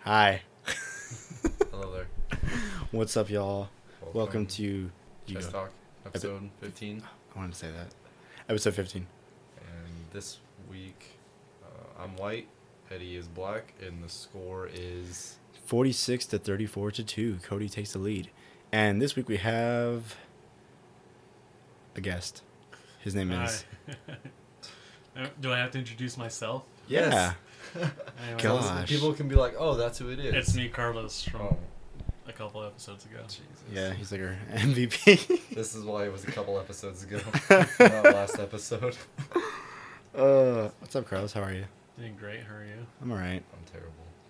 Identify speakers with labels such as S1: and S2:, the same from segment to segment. S1: Hi.
S2: Hello there.
S1: What's up, y'all? Welcome, to you
S2: Chess
S1: go-
S2: Talk, episode 15.
S1: I want to say that. Episode 15.
S2: And this week, uh, I'm white, Eddie is black, and the score is
S1: 46 to 34 to 2. Cody takes the lead. And this week we have a guest. His name is.
S3: Hi. Uh, Do I have to introduce myself?
S1: Yeah.
S2: Yes.
S3: Anyway,
S1: Gosh.
S2: People can be like, oh, that's who it is.
S3: It's me, Carlos, from
S2: Oh,
S3: a couple episodes ago.
S2: Jesus.
S1: Yeah, he's like our MVP.
S2: This is why it was a couple episodes ago, not last episode.
S1: uh, what's up, Carlos? How are you?
S3: Doing great. How are you?
S1: I'm all right.
S2: I'm terrible.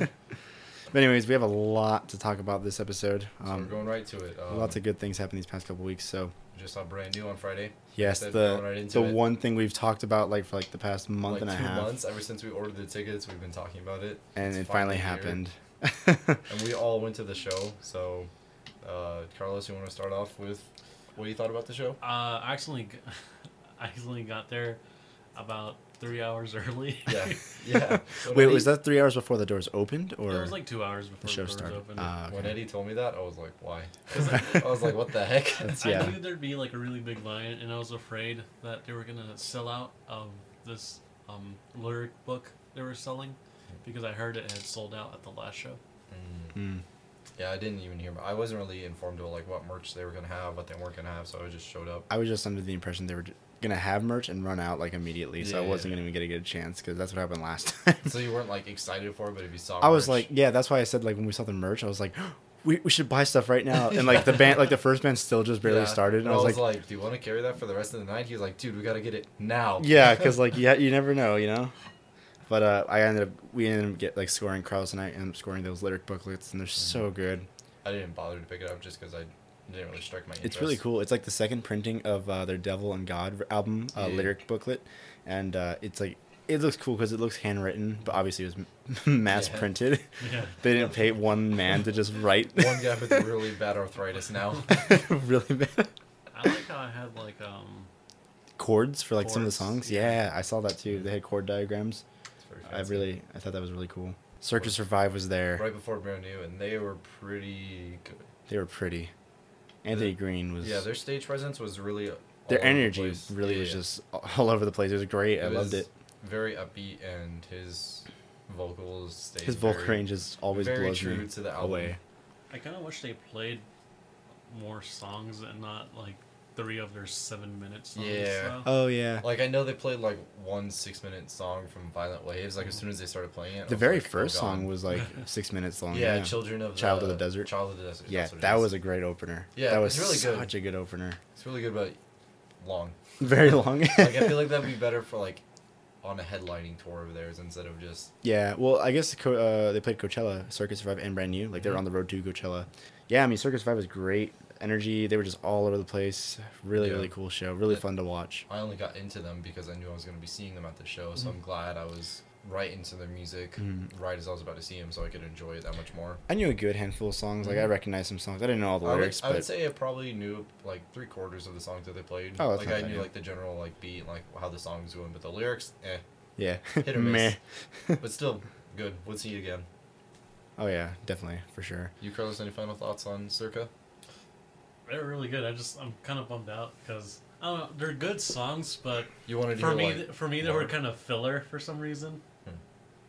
S1: Tired. but, anyways, we have a lot to talk about this episode.
S2: So we're
S1: Um,
S2: going right to it. Um,
S1: lots of good things happened these past couple weeks, so.
S2: Just saw brand new on Friday.
S1: Yes,
S2: Instead of
S1: the
S2: going right into
S1: the
S2: it.
S1: one thing we've talked about like for like the past month
S2: like
S1: and a
S2: two
S1: half,
S2: months, ever since we ordered the tickets, we've been talking about it.
S1: and
S2: It's
S1: it finally
S2: here.
S1: happened.
S2: and we all went to the show. So, uh, Carlos, you want to start off with what you thought about the show?
S3: Uh, I accidentally, g- I accidentally got there about three hours early.
S2: Yeah, yeah. When
S1: Wait,
S2: Eddie,
S1: was that three hours before the doors opened, or
S3: it was like two hours before
S1: the show started?
S3: opened.
S1: Ah,
S2: When
S1: okay.
S2: Eddie told me that, I was like, why? 'Cause I was like, what the heck?
S1: That's-
S3: I
S1: yeah.
S3: knew there'd be like a really big line, and I was afraid that they were gonna sell out of this um, lyric book they were selling because I heard it had sold out at the last show.
S2: Mm.
S1: Mm.
S2: yeah, I didn't even hear. I wasn't really informed about like what merch they were gonna have, what they weren't gonna have, so I just showed up.
S1: I was just under the impression they were j- gonna have merch and run out like immediately, so I
S2: Yeah.
S1: wasn't gonna even get a good chance because that's what happened last time.
S2: So you weren't like excited for it, but if you saw,
S1: I was
S2: merch-
S1: like, yeah, that's why I said like when we saw the merch, I was like, we, we should buy stuff right now, and like the band, like the first band still just barely
S2: Yeah.
S1: started, and I was, like,
S2: do you want to carry that for the rest of the night? He was like, dude, we gotta get it
S1: Yeah,
S2: now.
S1: 'cause yeah, because like yeah, you never know, you know. But uh, I ended up we ended up get like scoring Carlos and I ended up scoring those lyric booklets, and they're
S3: Mm-hmm.
S1: so good.
S2: I didn't bother to pick it up just because I didn't really strike my interest.
S1: It's really cool. It's like the second printing of uh, their Devil and God r- album uh,
S2: Yeah.
S1: lyric booklet, and uh, it's like it looks cool because it looks handwritten, but obviously it was m- mass
S2: Yeah.
S1: printed.
S3: Yeah.
S1: they didn't pay one man to just write
S2: One guy with really bad arthritis now.
S1: really bad
S3: I like how I had like um
S1: chords for like some of the
S3: Chords,
S1: songs. Yeah.
S3: yeah. Oh,
S1: I saw that too. They had chord diagrams.
S2: It's very
S1: I
S2: fancy.
S1: really I thought that was really cool. Circus Survive was there.
S2: right before brand new, and they were pretty good.
S1: They were pretty. Anthony Green was
S2: Yeah, their stage presence was really all
S1: their
S2: over the
S1: energy
S2: place.
S1: really
S2: Yeah,
S1: was
S2: yeah.
S1: just all over the place. It was great. I loved
S2: was
S1: it.
S2: Very upbeat, and his vocals stayed
S1: His vocal
S2: very-
S1: range is always
S2: very
S1: blows
S2: true
S1: me
S2: to the album.
S1: away.
S3: I kind of wish they played more songs and not like three of their seven minute songs.
S2: Yeah.
S3: though.
S1: Oh yeah.
S2: Like I know they played like one six-minute song from Violent Waves. Like as soon as they started playing it, I
S1: Mm. The
S2: was
S1: very
S2: like, oh,
S1: first
S2: God.
S1: song was like six minutes long.
S2: yeah, "Children of
S1: Child
S2: the,
S1: of the Desert.
S2: Child of the Desert.
S1: Yeah,
S2: that's what it
S1: that
S2: is.
S1: was a great opener.
S2: Yeah,
S1: that
S2: it
S1: was
S2: was really good.
S1: such a good opener.
S2: It's really good, but long.
S1: Very long.
S2: Like I feel like that'd be better for like on a headlining tour of theirs instead of just
S1: yeah, well, I guess Co- uh, they played Coachella, Circus Survive, and Brand New. Like
S2: Mm-hmm.
S1: they were on the road to Coachella. Yeah, I mean Circus Survive was great energy. They were just all over the place. Really,
S2: Yeah.
S1: really cool show. Really
S2: Yeah.
S1: fun to watch.
S2: I only got into them because I knew I was going to be seeing them at the show, so I'm glad I was right into their music right as I was about to see them, so I could enjoy it that much more.
S1: I knew a good handful of songs. Like I
S2: Mhm.
S1: recognized some songs. I didn't know all the
S2: I would,
S1: lyrics,
S2: I would
S1: but
S2: say I probably knew like three quarters of the songs that they played.
S1: Oh, that's
S2: like
S1: not
S2: I
S1: bad,
S2: knew
S1: yeah.
S2: like the general like beat, and, like how the song was going, but the lyrics, eh.
S1: yeah,
S2: Hit or
S1: Meh.
S2: miss. But still good. Would see you again.
S1: Oh yeah, definitely for sure.
S2: You Carlos, any final thoughts on Circa?
S3: They're really good. I just I'm kind of bummed out because I don't know. They're good songs, but
S2: You wanted to
S3: for
S2: hear,
S3: me,
S2: like,
S3: th- for me, they were
S2: more?
S3: kind of filler for some reason.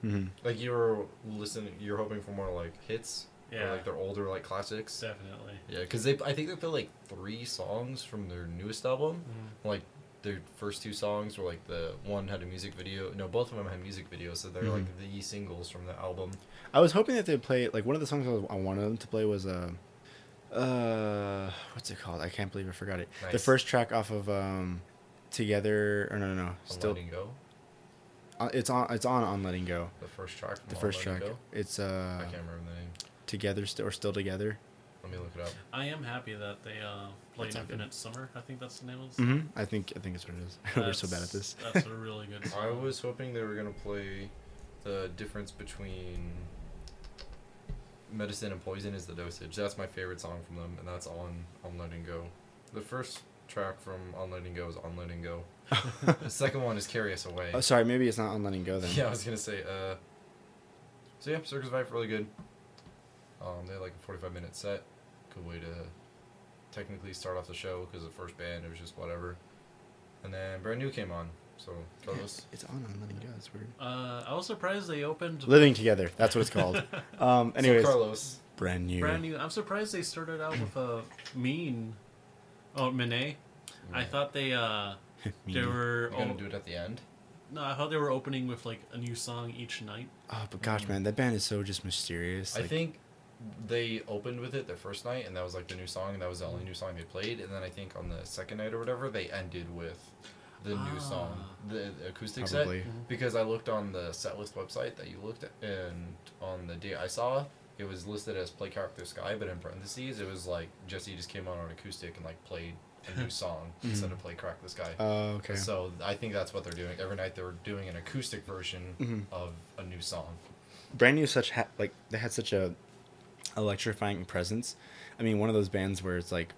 S1: hmm
S2: like you were listening. You're hoping for more like hits. Or,
S3: Yeah.
S2: like their older like classics.
S3: Definitely.
S2: Yeah, because they I think they played like three songs from their newest album.
S1: Mm-hmm.
S2: Like their first two songs were like the one had a music video. No, both of them had music videos, so they're
S1: Mm-hmm.
S2: like the singles from the album.
S1: I was hoping that they'd play like one of the songs I, was, I wanted them to play was uh, uh, what's it called? I can't believe I forgot it. The
S2: Nice.
S1: first track off of um, Together or no no no
S2: Still,
S1: still
S2: Letting Go,
S1: uh, it's on it's on on Letting Go.
S2: the first track. From
S1: The
S2: On
S1: first
S2: Letting
S1: track.
S2: Go.
S1: It's
S2: I
S1: uh
S2: can't remember the name.
S1: Together St- or Still Together.
S2: Let me look it up.
S3: I am happy that they uh, played
S1: That's not good.
S3: Infinite Summer. I think that's the name of the song.
S1: hmm I think I think that's what it is. We're so bad at
S3: That's-
S1: this.
S3: that's a really good song.
S2: I was hoping they were gonna play the difference between medicine and poison is the dosage. That's my favorite song from them, and that's on on letting go. The first track from on letting go is on letting go. the second one is carry us away.
S1: Oh, sorry, maybe it's not on Letting Go then.
S2: Yeah, I was gonna say uh, So yeah, Circus Life really good. Um, they had like a forty-five minute set. Good way to technically start off the show because the first band it was just whatever, and then brand new came on. So Carlos,
S1: It's on on Living God. It's weird.
S3: Uh, I was surprised they opened
S1: Living together. That's what it's called. Um,
S2: So
S1: anyways,
S2: Carlos,
S1: brand new.
S3: brand new. I'm surprised they started out with a mean. Oh, Monet. I thought they uh they
S1: Mean.
S3: were
S2: you're
S3: oh,
S2: gonna do it at the end.
S3: no, I thought they were opening with like a new song each night.
S1: Oh, but gosh, man, that band is so just mysterious.
S2: I
S1: like-
S2: think they opened with it their first night, and that was like the new song, and that was the only new song they played. And then I think on the second night or whatever, they ended with the new song,
S3: Ah.
S2: the the acoustic
S1: Probably.
S2: set.
S3: Mhm.
S2: Because I looked on the setlist website that you looked at, and on the day I saw, it was listed as play character Sky, but in parentheses, it was like Jesse just came on an acoustic and like played a new song instead of play crack the sky.
S1: Mm-hmm. Oh, okay.
S2: So I think that's what they're doing. Every night they were doing an acoustic version
S1: Mhm.
S2: of a new song.
S1: brand new such ha- like they had such a electrifying presence i mean one of those bands where it's like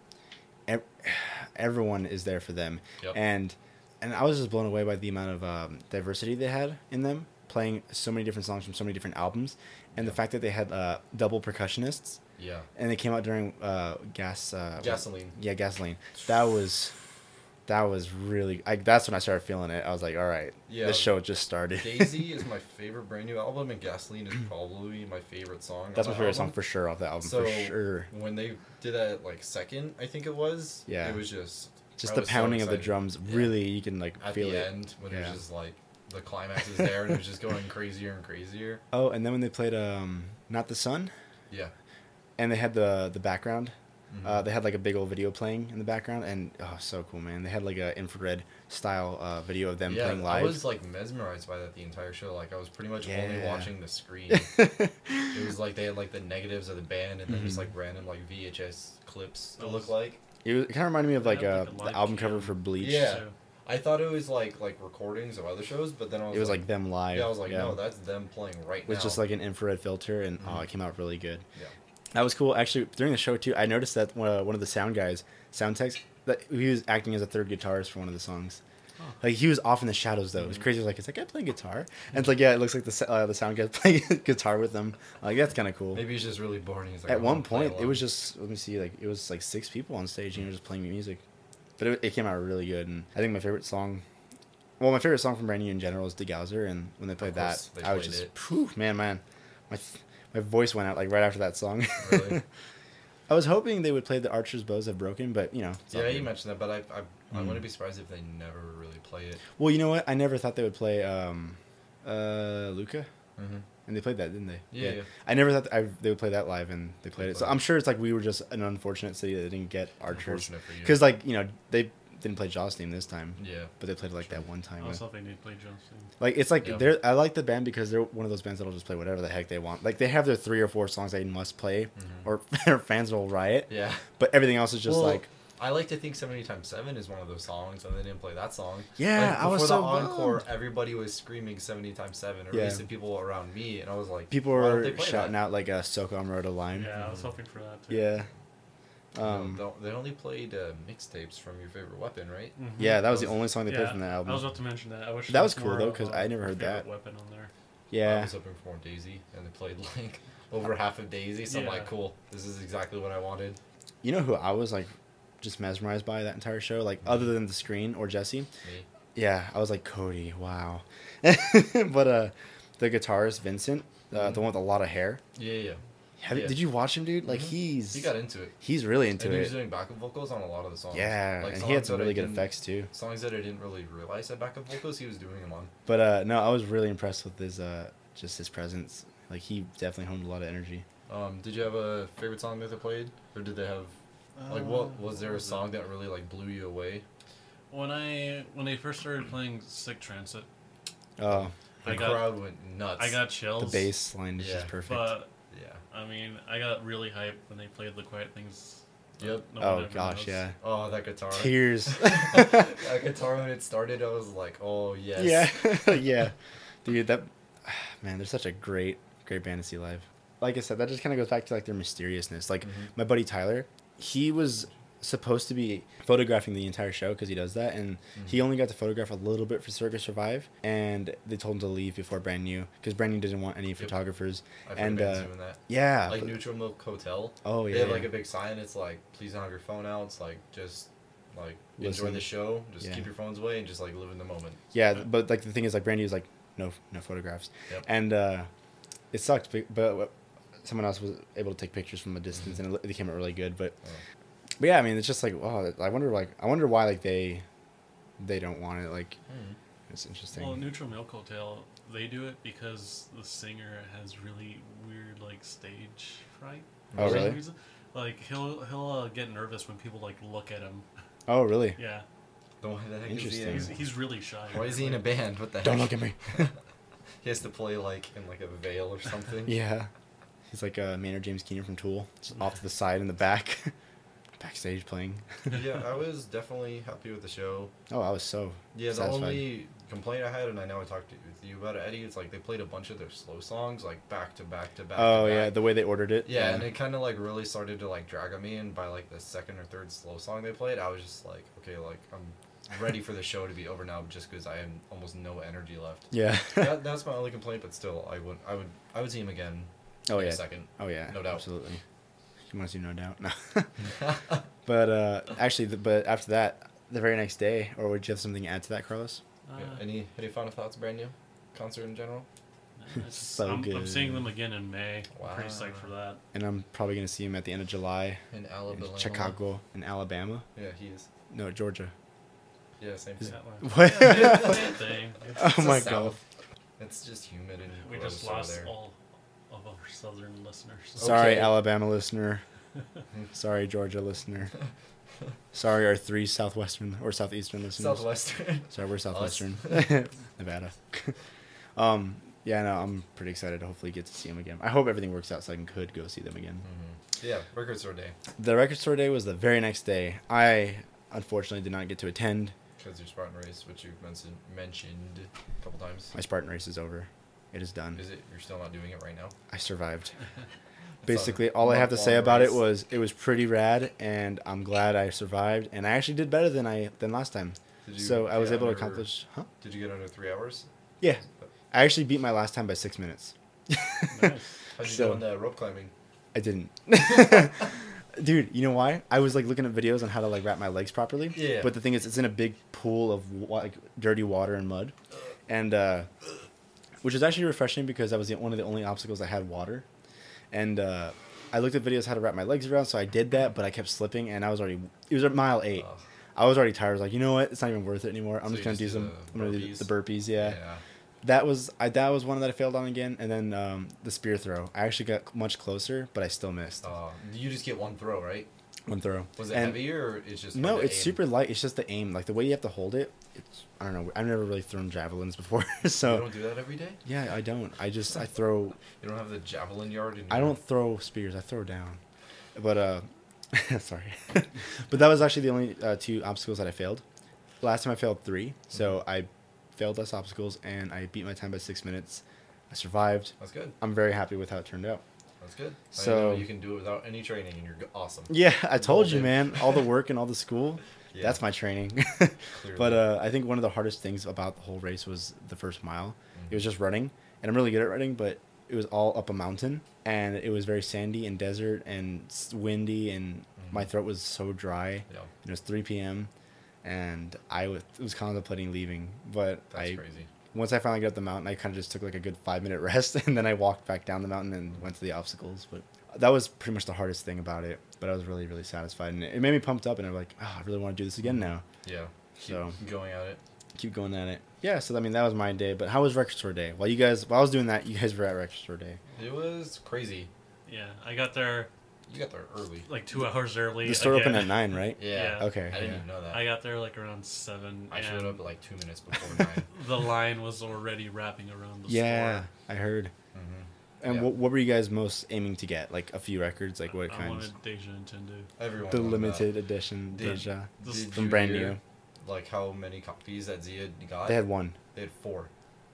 S1: ev- everyone is there for them
S2: Yep.
S1: and and i was just blown away by the amount of um, diversity they had in them playing so many different songs from so many different albums and the
S2: Yeah.
S1: fact that they had uh, double percussionists
S2: Yeah.
S1: and they came out during uh, gas uh,
S2: Gasoline.
S1: yeah gasoline that was that was really I, that's when i started feeling it i was like all right
S2: Yeah.
S1: this show just started
S2: Daisy is my favorite brand new album, and Gasoline is probably my favorite song. on
S1: that's my
S2: that
S1: favorite song
S2: album.
S1: for sure off the album
S2: Uh-huh. So
S1: for sure
S2: when they did that, like second, I think it was.
S1: Yeah.
S2: It was just.
S1: just
S2: I
S1: the
S2: was so
S1: pounding of the
S2: excited.
S1: drums
S2: Yeah.
S1: really you can like
S2: At
S1: feel
S2: the
S1: it
S2: end, when it
S1: Yeah.
S2: was just like the climax is there, and it was just going crazier and crazier.
S1: oh and then when they played um not the sun
S2: Yeah.
S1: and they had the the background
S2: Mhm.
S1: uh, they had like a big old video playing in the background and oh so cool man they had like a infrared style uh, video of them
S2: yeah,
S1: playing live
S2: I was like mesmerized by that the entire show. Like I was pretty much only
S1: Yeah.
S2: watching the screen. it was like they had like the negatives of the band, and then just
S1: Mhm.
S2: like random like VHS clips. It
S3: Those-
S2: looked like.
S1: it, kind of reminded me of
S3: They
S1: like,
S3: had,
S1: uh,
S3: like, a
S1: the
S3: live
S1: album cover
S3: cam.
S1: for bleach
S2: Yeah.
S3: So,
S2: I thought it was like like recordings of other shows, but then I was.
S1: it was like them live
S2: Yeah, I was like, no, that's them playing right
S1: with
S2: now.
S1: just like an infrared filter and oh
S2: Mhm.
S1: it came out really good
S2: Yeah.
S1: That was cool. Actually, during the show too, I noticed that one uh, one of the sound guys, sound techs, that he was acting as a third guitarist for one of the songs.
S3: Huh.
S1: Like he was off in the shadows though. It was
S2: Mm-hmm.
S1: crazy. It was like, is that guy playing guitar? And it's like, yeah, it looks like the sa- uh, the sound guy playing guitar with them. Like that's kind of cool.
S2: Maybe it's just really boring. He's like,
S1: At
S2: I'm
S1: one
S2: gonna play
S1: point, it
S2: along.
S1: was just let me see, like it was like six people on stage, you know, just playing music. But it, it came out really good, and I think my favorite song, well, my favorite song from Brand New in general is "Degauser," and when they played that,
S2: course, they
S1: I was
S2: played
S1: just,
S2: it.
S1: phew, man, man, my th- my voice went out like right after that song.
S2: Really?
S1: I was hoping they would play the Archer's Bows Have Broken, but you know. it's all
S2: Yeah, you
S1: good.
S2: mentioned that, but I I, I
S1: Mm.
S2: wouldn't be surprised if they never really play it.
S1: Well, you know what? I never thought they would play um, uh, Luca,
S2: Mm-hmm.
S1: and they played that, didn't they?
S2: Yeah, yeah.
S1: I never thought that I, they would play that live, and they played it. So
S2: played it.
S1: I'm sure it's like we were just an unfortunate city that didn't get Archer's,
S2: Unfortunate for you.
S1: because like you know they didn't play Jaws theme this time,
S2: Yeah.
S1: but they played it, like that one time.
S3: I also thought they need to play Johnson.
S1: Like it's like
S2: Yeah.
S1: they're I like the band because they're one of those bands that'll just play whatever the heck they want. Like they have their three or four songs they must play,
S2: Mhm.
S1: or their fans will riot.
S2: Yeah.
S1: But everything else is just
S2: Well,
S1: like
S2: I like to think 70 times 7 is one of those songs, and they didn't play that song.
S1: Yeah,
S2: like,
S1: I was
S2: before
S1: so
S2: the encore,
S1: bummed.
S2: everybody was screaming 70 times 7, or
S1: Yeah.
S2: at least the people around me, and I was like,
S1: people
S2: why don't
S1: are
S2: they play
S1: shouting
S2: that?
S1: out like a "Soca on Road to Lime."
S3: Yeah, I was hoping for that. Too.
S1: Yeah.
S2: No,
S1: Um,
S2: they- they only played uh, mixtapes from Your Favorite Weapon, right?
S3: Mhm.
S1: yeah, that was the
S2: Those-
S1: only song they played from that
S3: I was
S1: album.
S3: about to mention that. I wish
S1: That
S3: there
S1: was cool,
S3: more
S1: though,
S3: of,
S1: 'cause
S3: uh,
S1: I never heard
S3: favorite
S1: that.
S3: weapon on there.
S2: I
S1: Yeah.
S2: was hoping for more Daisy, and they played like over half of Daisy. So I'm
S3: Yeah.
S2: like, cool, this is exactly what I wanted.
S1: You know who I was like just mesmerized by that entire show? Like other than the screen or Jesse.
S2: Me.
S1: Yeah, I was like Cody, wow. but uh the guitarist Vincent, uh,
S2: Mhm.
S1: the one with a lot of hair.
S2: Yeah, yeah.
S1: Have,
S2: Yeah.
S1: Did you watch him, dude? Like
S2: Mhm.
S1: he's
S2: He got into it.
S1: he's really into
S2: and he was
S1: it.
S2: doing backup vocals on a lot of the songs.
S1: yeah,
S2: Like,
S1: and he had
S2: songs
S1: some
S2: that I
S1: really good
S2: didn't-
S1: effects too.
S2: Songs that I didn't really realize had backup vocals, he was doing them on.
S1: But uh no, I was really impressed with his uh just his presence. Like he definitely honed a lot of energy.
S2: Um, did you have a favorite song that they played, or did they have like what was there a song that really like blew you away?
S3: When I when they first started playing Sick Transit,
S1: Oh,
S2: The
S3: I got-
S2: crowd went nuts.
S3: I got
S1: the
S3: chills.
S1: bass line is
S2: Yeah.
S1: just perfect.
S3: But
S2: yeah.
S3: I mean, I got really hyped when they played the Quiet Things.
S2: Yep.
S3: No one
S1: oh
S3: ever
S1: gosh,
S3: knows.
S1: yeah.
S2: Oh, that guitar.
S1: Tears.
S2: that guitar when it started, I was like, oh yes.
S1: Yeah, yeah, dude. That man, they're such a great, great band to see
S2: Mm-hmm.
S1: live. Like I said, that just kind of goes back to like their mysteriousness. Like
S2: Mhm.
S1: my buddy Tyler, he was supposed to be photographing the entire show because he does that, and
S2: Mm-hmm.
S1: he only got to photograph a little bit for Circus Survive, and they told him to leave before Brand New because Brand New didn't want any photographers.
S2: I've heard
S1: And
S2: bands
S1: uh,
S2: doing that.
S1: yeah,
S2: like
S1: but-
S2: Neutral Milk Hotel.
S1: oh
S2: they
S1: yeah,
S2: have
S1: yeah.
S2: like a big sign. It's like, please don't have your phone out. It's like just like enjoy
S1: Listen.
S2: the show. Just
S1: Yeah.
S2: keep your phones away and just like live in the moment.
S1: yeah, th- but like the thing is like Brandy was like no no photographs,
S2: Yep.
S1: and uh, it sucked. But, but what- someone else was able to take pictures from a distance, and it li- it came out really good. But
S2: Mm-hmm. Oh.
S1: but yeah, I mean it's just like wow, I wonder like I wonder why like they they don't want it. Like it's interesting.
S3: Well, Neutral Milk Hotel, they do it because the singer has really weird like stage fright.
S1: Oh,
S3: for some
S1: really?
S3: reason. Like he'll he'll uh, get nervous when people like look at him.
S1: oh really?
S3: Yeah,
S2: Then why the heck is he
S1: Interesting.
S2: in-
S3: he's, he's really shy.
S2: Why is he in a band? What the heck?
S1: Don't look at me.
S2: He has to play like in like a veil or something.
S1: Yeah. He's like uh, Maynard James Keenan from Tool, just off to the side in the back, backstage playing.
S2: yeah, I was definitely happy with the show.
S1: Oh, I was so
S2: Yeah, the
S1: satisfied.
S2: only complaint I had, and I know I talked to, with you about it, Eddie, it's like they played a bunch of their slow songs like back to back to back. to
S1: oh yeah,
S2: back.
S1: the way they ordered it.
S2: Yeah, and it kind of like really started to like drag on me, and by like the second or third slow song they played, I was just like, okay, like I'm ready for the show to be over now, just because I have almost no energy left.
S1: yeah.
S2: that, that's my only complaint, but still, I would, I would, I would see him again.
S1: oh
S2: in
S1: yeah.
S2: A second.
S1: Oh yeah.
S2: No doubt.
S1: Absolutely. You want to see no doubt? No. but uh, actually, the, but after that, the very next day, or would you have something to add to that, Carlos?
S3: Uh,
S2: Yeah, any any final thoughts, brand new concert in general?
S3: it's-
S1: So
S3: I'm, I'm
S1: good.
S3: seeing them again in May. I'm pretty
S2: Wow.
S3: psyched for that.
S1: And I'm probably gonna see him at the end of July
S2: In
S1: in
S2: Alabama,
S1: Chicago, in Alabama.
S2: Yeah, he is.
S1: No, Georgia.
S2: Yeah, same
S1: Is-
S2: thing.
S3: That one.
S1: What?
S3: Yeah, same thing.
S1: Oh
S2: the
S1: my
S2: South. It's just humid and
S3: We
S2: gross
S3: just
S2: over
S3: lost
S2: there.
S3: all of our southern listeners.
S1: Sorry,
S2: Okay.
S1: Alabama listener. Sorry, Georgia listener. Sorry, our three southwestern or southeastern listeners.
S2: Southwestern.
S1: Sorry, we're southwestern,
S2: Us.
S1: Nevada. um, yeah, no, I'm pretty excited to hopefully get to see them again. I hope everything works out so I can could go see them again.
S2: Mm-hmm. yeah, record store day
S1: The record store day was the very next day. I unfortunately did not get to attend.
S2: because your Spartan race, which you've mentioned mentioned a couple times.
S1: My Spartan race is over. It is done.
S2: Is it you're still not doing it right now?
S1: I survived.
S2: a
S1: Basically, all I have to say
S2: month-long
S1: about it
S2: race.
S1: was it was pretty rad, and I'm glad I survived. And I actually did better than I than last time.
S2: Did you
S1: So I was
S2: get
S1: able to
S2: under-
S1: accomplish. Huh?
S2: Did you get under three hours?
S1: Yeah, I actually beat my last time by six minutes.
S3: Nice.
S2: How'd you
S1: So-
S2: do on the rope climbing?
S1: I didn't. Dude, you know why? I was like looking at videos on how to like wrap my legs properly.
S2: Yeah.
S1: But the thing is, it's in a big pool of wa- like dirty water and mud, and uh, which is actually refreshing because that was the, one of the only obstacles I had water, and uh, I looked at videos how to wrap my legs around, so I did that, but I kept slipping, and I was already it was at mile eight.
S2: Oh.
S1: I was already tired. I was like, you know what? It's not even worth it anymore. I'm
S2: So
S1: just
S2: you
S1: gonna
S2: just
S1: do
S2: did
S1: some.
S2: the
S1: I'm gonna do
S2: burpees?
S1: the burpees. Yeah.
S2: yeah.
S1: That was I. That was one that I failed on again, and then um, the spear throw. I actually got much closer, but I still missed
S2: Uh, you just get one throw, right?
S1: one throw.
S2: Was it
S1: And-
S2: heavier or it's just
S1: No,
S2: hard to
S1: it's
S2: aim?
S1: super light. It's just the aim, like the way you have to hold it. It's I don't know. I've never really thrown javelins before,
S2: You
S1: so
S2: don't do that every day.
S1: yeah, I don't. I just I throw.
S2: You don't have the javelin yard. In
S1: I
S2: your-
S1: don't throw spears. I throw down. But uh, sorry. but that was actually the only uh, two obstacles that I failed. Last time I failed three, so
S2: Mm-hmm.
S1: I failed less obstacles and I beat my time by six minutes. I survived.
S2: That's good.
S1: I'm very happy with how it turned out.
S2: That's good. So
S1: So-
S2: you can do it without any training, and you're g- awesome.
S1: Yeah, I told you,
S2: Golden.
S1: man. All the work and all the school.
S2: Yeah.
S1: That's my training.
S2: Clearly.
S1: but uh, I think one of the hardest things about the whole race was the first mile. It
S2: Mm.
S1: was just running, and I'm really good at running, but it was all up a mountain, and it was very sandy and desert and s- windy, and my
S2: Mm-hmm.
S1: throat was so dry. And
S2: yeah,
S1: it was 3 p.m., and I was, was contemplating leaving, but
S2: that's
S1: I
S2: crazy.
S1: once I finally got up the mountain, I kind of just took like a good five minute rest, and then I walked back down the mountain and went to the obstacles. But that was pretty much the hardest thing about it. But I was really, really satisfied, and it it made me pumped up. And I'm like, oh, I really want to do this again now.
S2: Yeah. Keep
S1: So
S2: going at it.
S1: keep going at it. Yeah. So I mean, that was my day. But how was record store day? While you guys, while I was doing that, you guys were at record store day.
S2: It was crazy.
S3: Yeah, I got there
S2: You got there early.
S3: like two hours early.
S1: The store opened
S3: again.
S1: at nine, right?
S2: Yeah.
S3: Yeah.
S1: Okay,
S2: I didn't
S1: yeah.
S2: even know that.
S3: I
S2: I,
S3: got there like around seven.
S2: showed
S3: and
S2: up like two minutes before nine.
S3: The line was already wrapping around the
S1: Yeah,
S3: store.
S1: I heard.
S2: Mm-hmm.
S1: And
S2: Yeah.
S1: what, what were you guys most aiming to get? Like a few records, like what
S3: I
S1: kinds? Oh,
S3: wanted Deja Nintendo.
S2: Everyone.
S1: The
S2: wanted
S1: limited edition
S2: Did-
S1: Deja
S2: That.
S3: This-
S2: Did
S1: from
S2: you
S1: brand
S2: hear,
S1: new.
S2: Like how many copies that Zia got?
S1: They had one.
S2: They had four.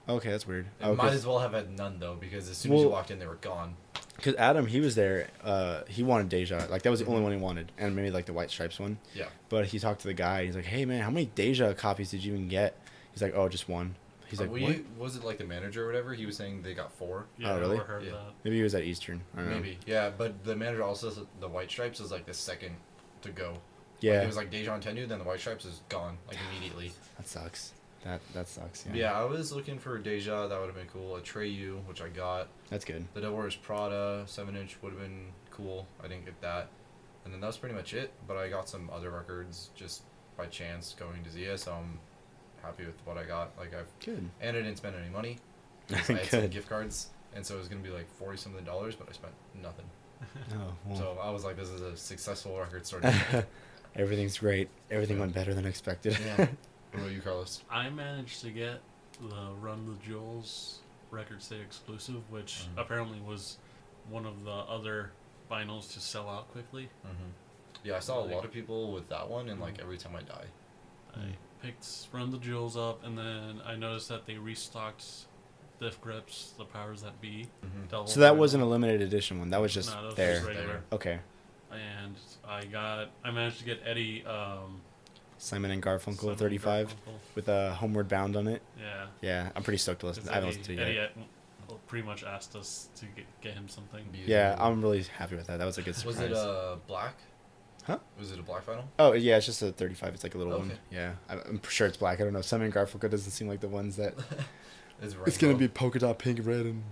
S1: Okay, that's weird.
S2: They
S1: Oh,
S2: might
S1: 'cause-
S2: as well have had none though, because as soon as you
S1: Well-
S2: walked in, they were gone.
S1: because Adam he was there. Uh, he wanted Deja. Like that was the only one he wanted, and maybe like the White Stripes one.
S2: Yeah.
S1: But he talked to the guy. He's like, "Hey man, how many Deja copies did you even get?" He's like, "Oh, just one." He's
S2: Uh,
S1: like,
S2: were
S1: "What?"
S2: you- was it like the manager or whatever? He was saying they got four.
S3: Yeah,
S1: Oh, really?
S3: I overheard
S2: Yeah.
S3: that.
S1: Maybe he was at Eastern. I don't know.
S2: Maybe. Yeah, but the manager also says that the White Stripes is like the second to go. Like,
S1: Yeah,
S2: it was like Dejan Tendu, then the White Stripes is gone like immediately.
S1: that sucks. That that sucks.
S2: Yeah,
S1: Yeah.
S2: I was looking for Deja. That would have been cool. A Treyu, which I got.
S1: That's good.
S2: The Devil Wears Prada seven inch would have been cool. I didn't get that, and then that was pretty much it. But I got some other records just by chance going to Zia, so I'm happy with what I got. Like I've
S1: Good.
S2: and I didn't spend any money. I had some
S1: good.
S2: gift cards, and so it was gonna be like forty something dollars, but I spent nothing.
S1: Oh, well.
S2: So I was like, this is a successful record store.
S1: Everything's great. Everything went better than expected.
S2: yeah. What about you, Carlos?
S3: I managed to get the Run the Jewels record stay exclusive, which
S1: Mm.
S2: Mhm.
S3: apparently was one of the other vinyls to sell out quickly.
S2: Yeah, I saw a lot of people with that one, and like every time I die.
S3: I
S1: Mm.
S3: picked Run the Jewels up, and then I noticed that they restocked Stiff Grips, The Powers That Be. double
S1: So that
S3: vinyl.
S1: wasn't a limited edition one. That was just
S3: No, that was
S1: there.
S3: just regular.
S1: Okay.
S3: And I got, I managed to get Eddie. Um,
S1: Simon and Garfunkel
S3: Simon
S1: 35
S3: Garfunkel.
S1: with a Homeward Bound on it.
S3: Yeah.
S1: Yeah, I'm pretty stoked to listen.
S3: 'Cause
S1: I haven't
S3: Eddie-
S1: listened to it yet.
S3: Eddie had- well, pretty much asked us to get, get him something.
S1: Yeah, I'm really happy with that. That was a good surprise.
S2: Was it uh, black?
S1: Huh?
S2: Was it a black vinyl?
S1: Oh yeah, it's just a 35. It's like a little one.
S2: Okay.
S1: Yeah, I'm I'm sure it's black. I don't know. Simon and Garfunkel doesn't seem like the ones that
S2: It's,
S1: it's gonna be polka dot pink, red, and
S2: You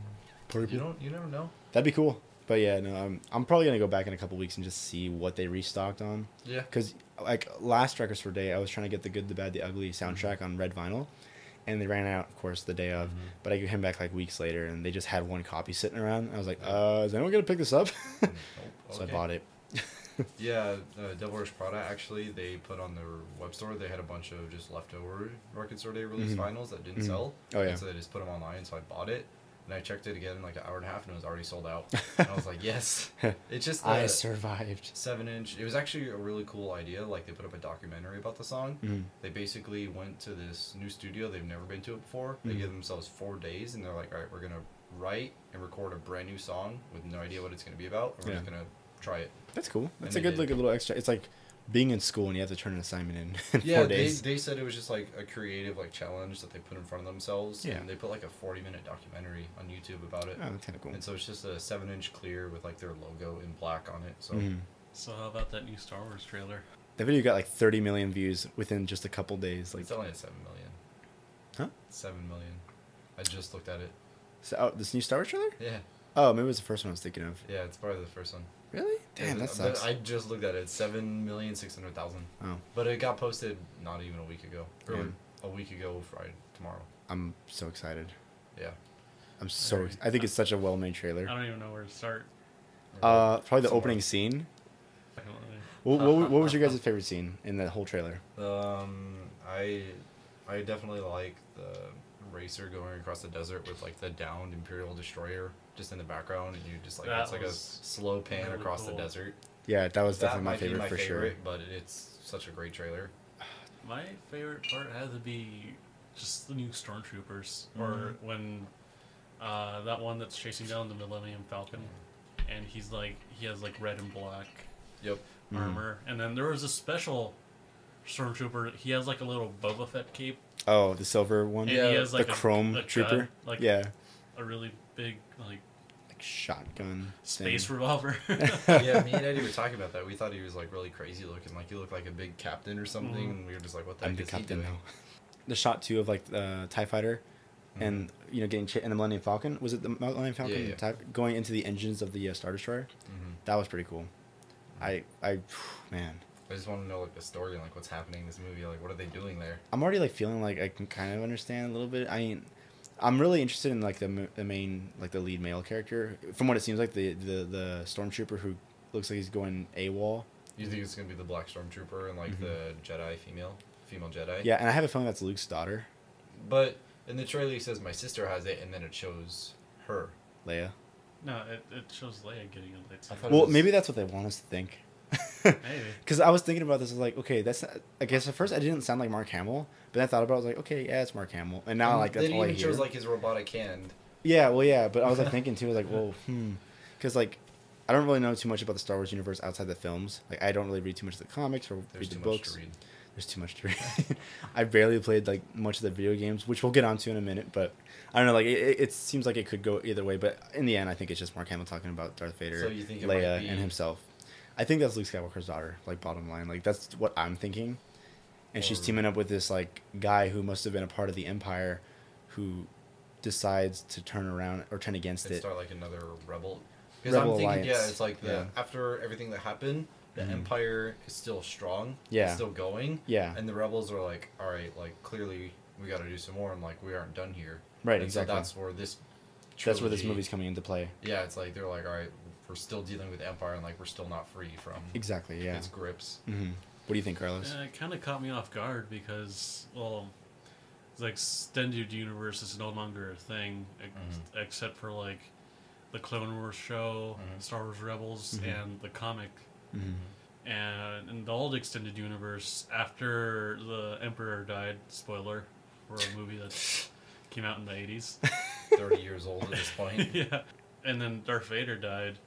S1: purple.
S2: don't. You never know.
S1: That'd be cool. But yeah, no, I'm I'm probably gonna go back in a couple weeks and just see what they restocked on.
S2: Yeah.
S1: Cause like last records for day, I was trying to get the good, the bad, the ugly soundtrack
S2: Mm-hmm.
S1: on red vinyl, and they ran out, of course, the day of. But I came back like weeks later, and they just had one copy sitting around. I was like, uh, is anyone gonna pick this up? So I bought it.
S2: Yeah, uh, Devil Wears Prada actually they put on their web store. They had a bunch of just leftover record store day release
S1: Mhm.
S2: vinyls that didn't
S1: Mhm.
S2: sell.
S1: Oh, yeah.
S2: And so they just put them online. So I bought it, and I checked it again in like an hour and a half, and it was already sold out. and I was like, yes, it's just
S1: I
S2: the
S1: survived.
S2: seven inch. It was actually a really cool idea. Like they put up a documentary about the song.
S1: Mhm.
S2: They basically went to this new studio they've never been to it before. They
S1: Mhm.
S2: give themselves four days, and they're like, all right, we're gonna write and record a brand new song with no idea what it's gonna be about. And we're just
S1: Yeah.
S2: gonna try it.
S1: That's cool. That's a
S2: And
S1: good
S2: they did.
S1: like a little extra. It's like being in school and you have to turn an assignment in in
S2: yeah,
S1: four days.
S2: They, they said it was just like a creative like challenge that they put in front of themselves.
S1: Yeah.
S2: And they put like a forty minute documentary on YouTube about it.
S1: oh, that's kind of cool.
S2: And so it's just a seven inch clear with like their logo in black on it. So
S1: Mhm.
S3: So, how about that new Star Wars trailer?
S1: The video got like 30 million views within just a couple days. Like,
S2: it's only at seven million.
S1: Huh?
S2: Seven million. I just looked at it.
S1: so, oh, this new Star Wars trailer?
S2: Yeah.
S1: Oh, maybe it was the first one I was thinking of.
S2: Yeah, it's probably the first one.
S1: Really? Damn, that
S2: It's-
S1: sucks.
S2: I just looked at it. Seven million six hundred thousand.
S1: oh,
S2: But it got posted not even a week ago. Or
S1: Yeah.
S2: a week ago Friday tomorrow.
S1: I'm so excited.
S2: Yeah.
S1: I'm so.
S3: Alright.
S1: Ex- I think it's such a well-made
S3: I
S1: trailer.
S3: don't even know where to start.
S1: Uh, probably the
S2: Somewhere.
S1: opening scene.
S3: I don't know.
S1: What, what, what was your guys' favorite scene in the whole trailer?
S2: Um, I, I definitely like the racer going across the desert with like the downed Imperial destroyer just in the background, and you just like
S3: That
S2: it's like a
S3: was
S2: slow pan
S3: really
S2: across
S3: cool.
S2: the desert.
S1: Yeah, that was
S2: That
S1: definitely my
S2: might be
S1: favorite for sure.
S2: but it's such a great trailer.
S3: My favorite part had to be just the new stormtroopers,
S2: Mhm.
S3: or
S1: Mm-hmm.
S3: when uh, that one that's chasing down the Millennium Falcon, and he's like he has like red and black
S2: Yep.
S1: Mhm.
S3: armor, and then there was a special stormtrooper. He has like a little Boba Fett cape,
S1: Oh, the silver one.
S3: and he
S2: Yeah,
S3: has like
S1: the
S3: a-
S1: chrome
S3: a gun,
S1: trooper.
S3: like
S1: yeah,
S3: a really big like
S1: like shotgun.
S3: space
S1: thing.
S3: revolver.
S2: yeah, me and Eddie were talking about that. We thought he was like really crazy looking, like he looked like a big captain or something,
S3: Mhm.
S2: and we were just like, "What the
S1: I'm
S2: heck
S1: the
S2: is he
S1: captain
S2: doing?"
S1: now. The shot too of like the uh, Tie Fighter, and you know getting ch- and the Millennium Falcon was it the Millennium Falcon
S2: Mm-hmm. yeah.
S1: The TIE going into the engines of the uh, Star Destroyer?
S2: Mhm.
S1: That was pretty cool. I
S2: Mm-hmm.
S1: I man,
S2: I just want to know like the story and like what's happening in this movie. Like, what are they doing there?
S1: I'm already like feeling like I can kind of understand a little bit. I mean, I'm really interested in like the, m- the main like the lead male character. From what it seems like the the the stormtrooper who looks like he's going AWOL.
S2: You
S1: Mm-hmm.
S2: think it's gonna be the Black Stormtrooper and like the Jedi female, female Jedi?
S1: Yeah, and I have a feeling that's Luke's daughter,
S2: But in the trailer, he says my sister has it, and then it shows her.
S1: Leia.
S3: no, it, it shows Leia getting a
S2: I
S3: lightsaber.
S2: thought it
S1: Well,
S2: was-
S1: maybe that's what they want us to think.
S3: Maybe.
S1: Because I was thinking about this, I was like, okay, that's. I guess at first I didn't sound like Mark Hamill, but then I thought about, it, I was like, okay, yeah, it's Mark Hamill, and now
S2: And
S1: like that's
S2: then
S1: all
S2: he
S1: I
S2: even
S1: hear.
S2: shows like his robotic hand.
S1: yeah, well, yeah, but I was like thinking too, I was like, well, hmm, because like I don't really know too much about the Star Wars universe outside the films. Like I don't really read too much of the comics or
S2: There's
S1: read the
S2: too much
S1: books.
S2: to read.
S1: There's too much to read. I barely played like much of the video games, which we'll get onto in a minute. But I don't know. Like it, it- it seems like it could go either way. But in the end, I think it's just Mark Hamill talking about Darth Vader,
S2: So you think it might
S1: Leia,
S2: be-
S1: and himself. I think that's Luke Skywalker's daughter. Like bottom line, like that's what I'm thinking. And she's
S2: Or-
S1: teaming up with this like guy who must have been a part of the Empire, who decides to turn around or turn against
S2: and
S1: it.
S2: start like another rebel. Because I'm
S1: Rebel
S2: thinking, yeah,
S1: alliance,
S2: it's like the
S1: yeah.
S2: after everything that happened, the
S1: Mhm.
S2: Empire is still strong.
S1: Yeah.
S2: it's still going.
S1: Yeah.
S2: and the rebels are like, all right, like clearly we got to do some more, and like we aren't done here.
S1: Right,
S2: And so
S1: exactly.
S2: that's where this.
S1: That's where this
S2: trilogy-
S1: movie's coming into play.
S2: Yeah, it's like they're like, all right, we're still dealing with the Empire, and like we're still not free from
S1: Exactly. Yeah.
S2: its grips.
S1: hmm What do you think, Carlos?
S3: Yeah, it kind of caught me off guard because, well, the extended universe is no longer a thing, ex- except for like the Clone Wars show,
S2: Mhm.
S3: Star Wars Rebels,
S2: Mm-hmm.
S1: Mhm.
S3: and the comic.
S1: Mhm.
S3: And in the old extended universe, after the Emperor died, spoiler for a movie that came out in the 80s.
S2: Thirty years old at this point.
S3: yeah. And then Darth Vader died.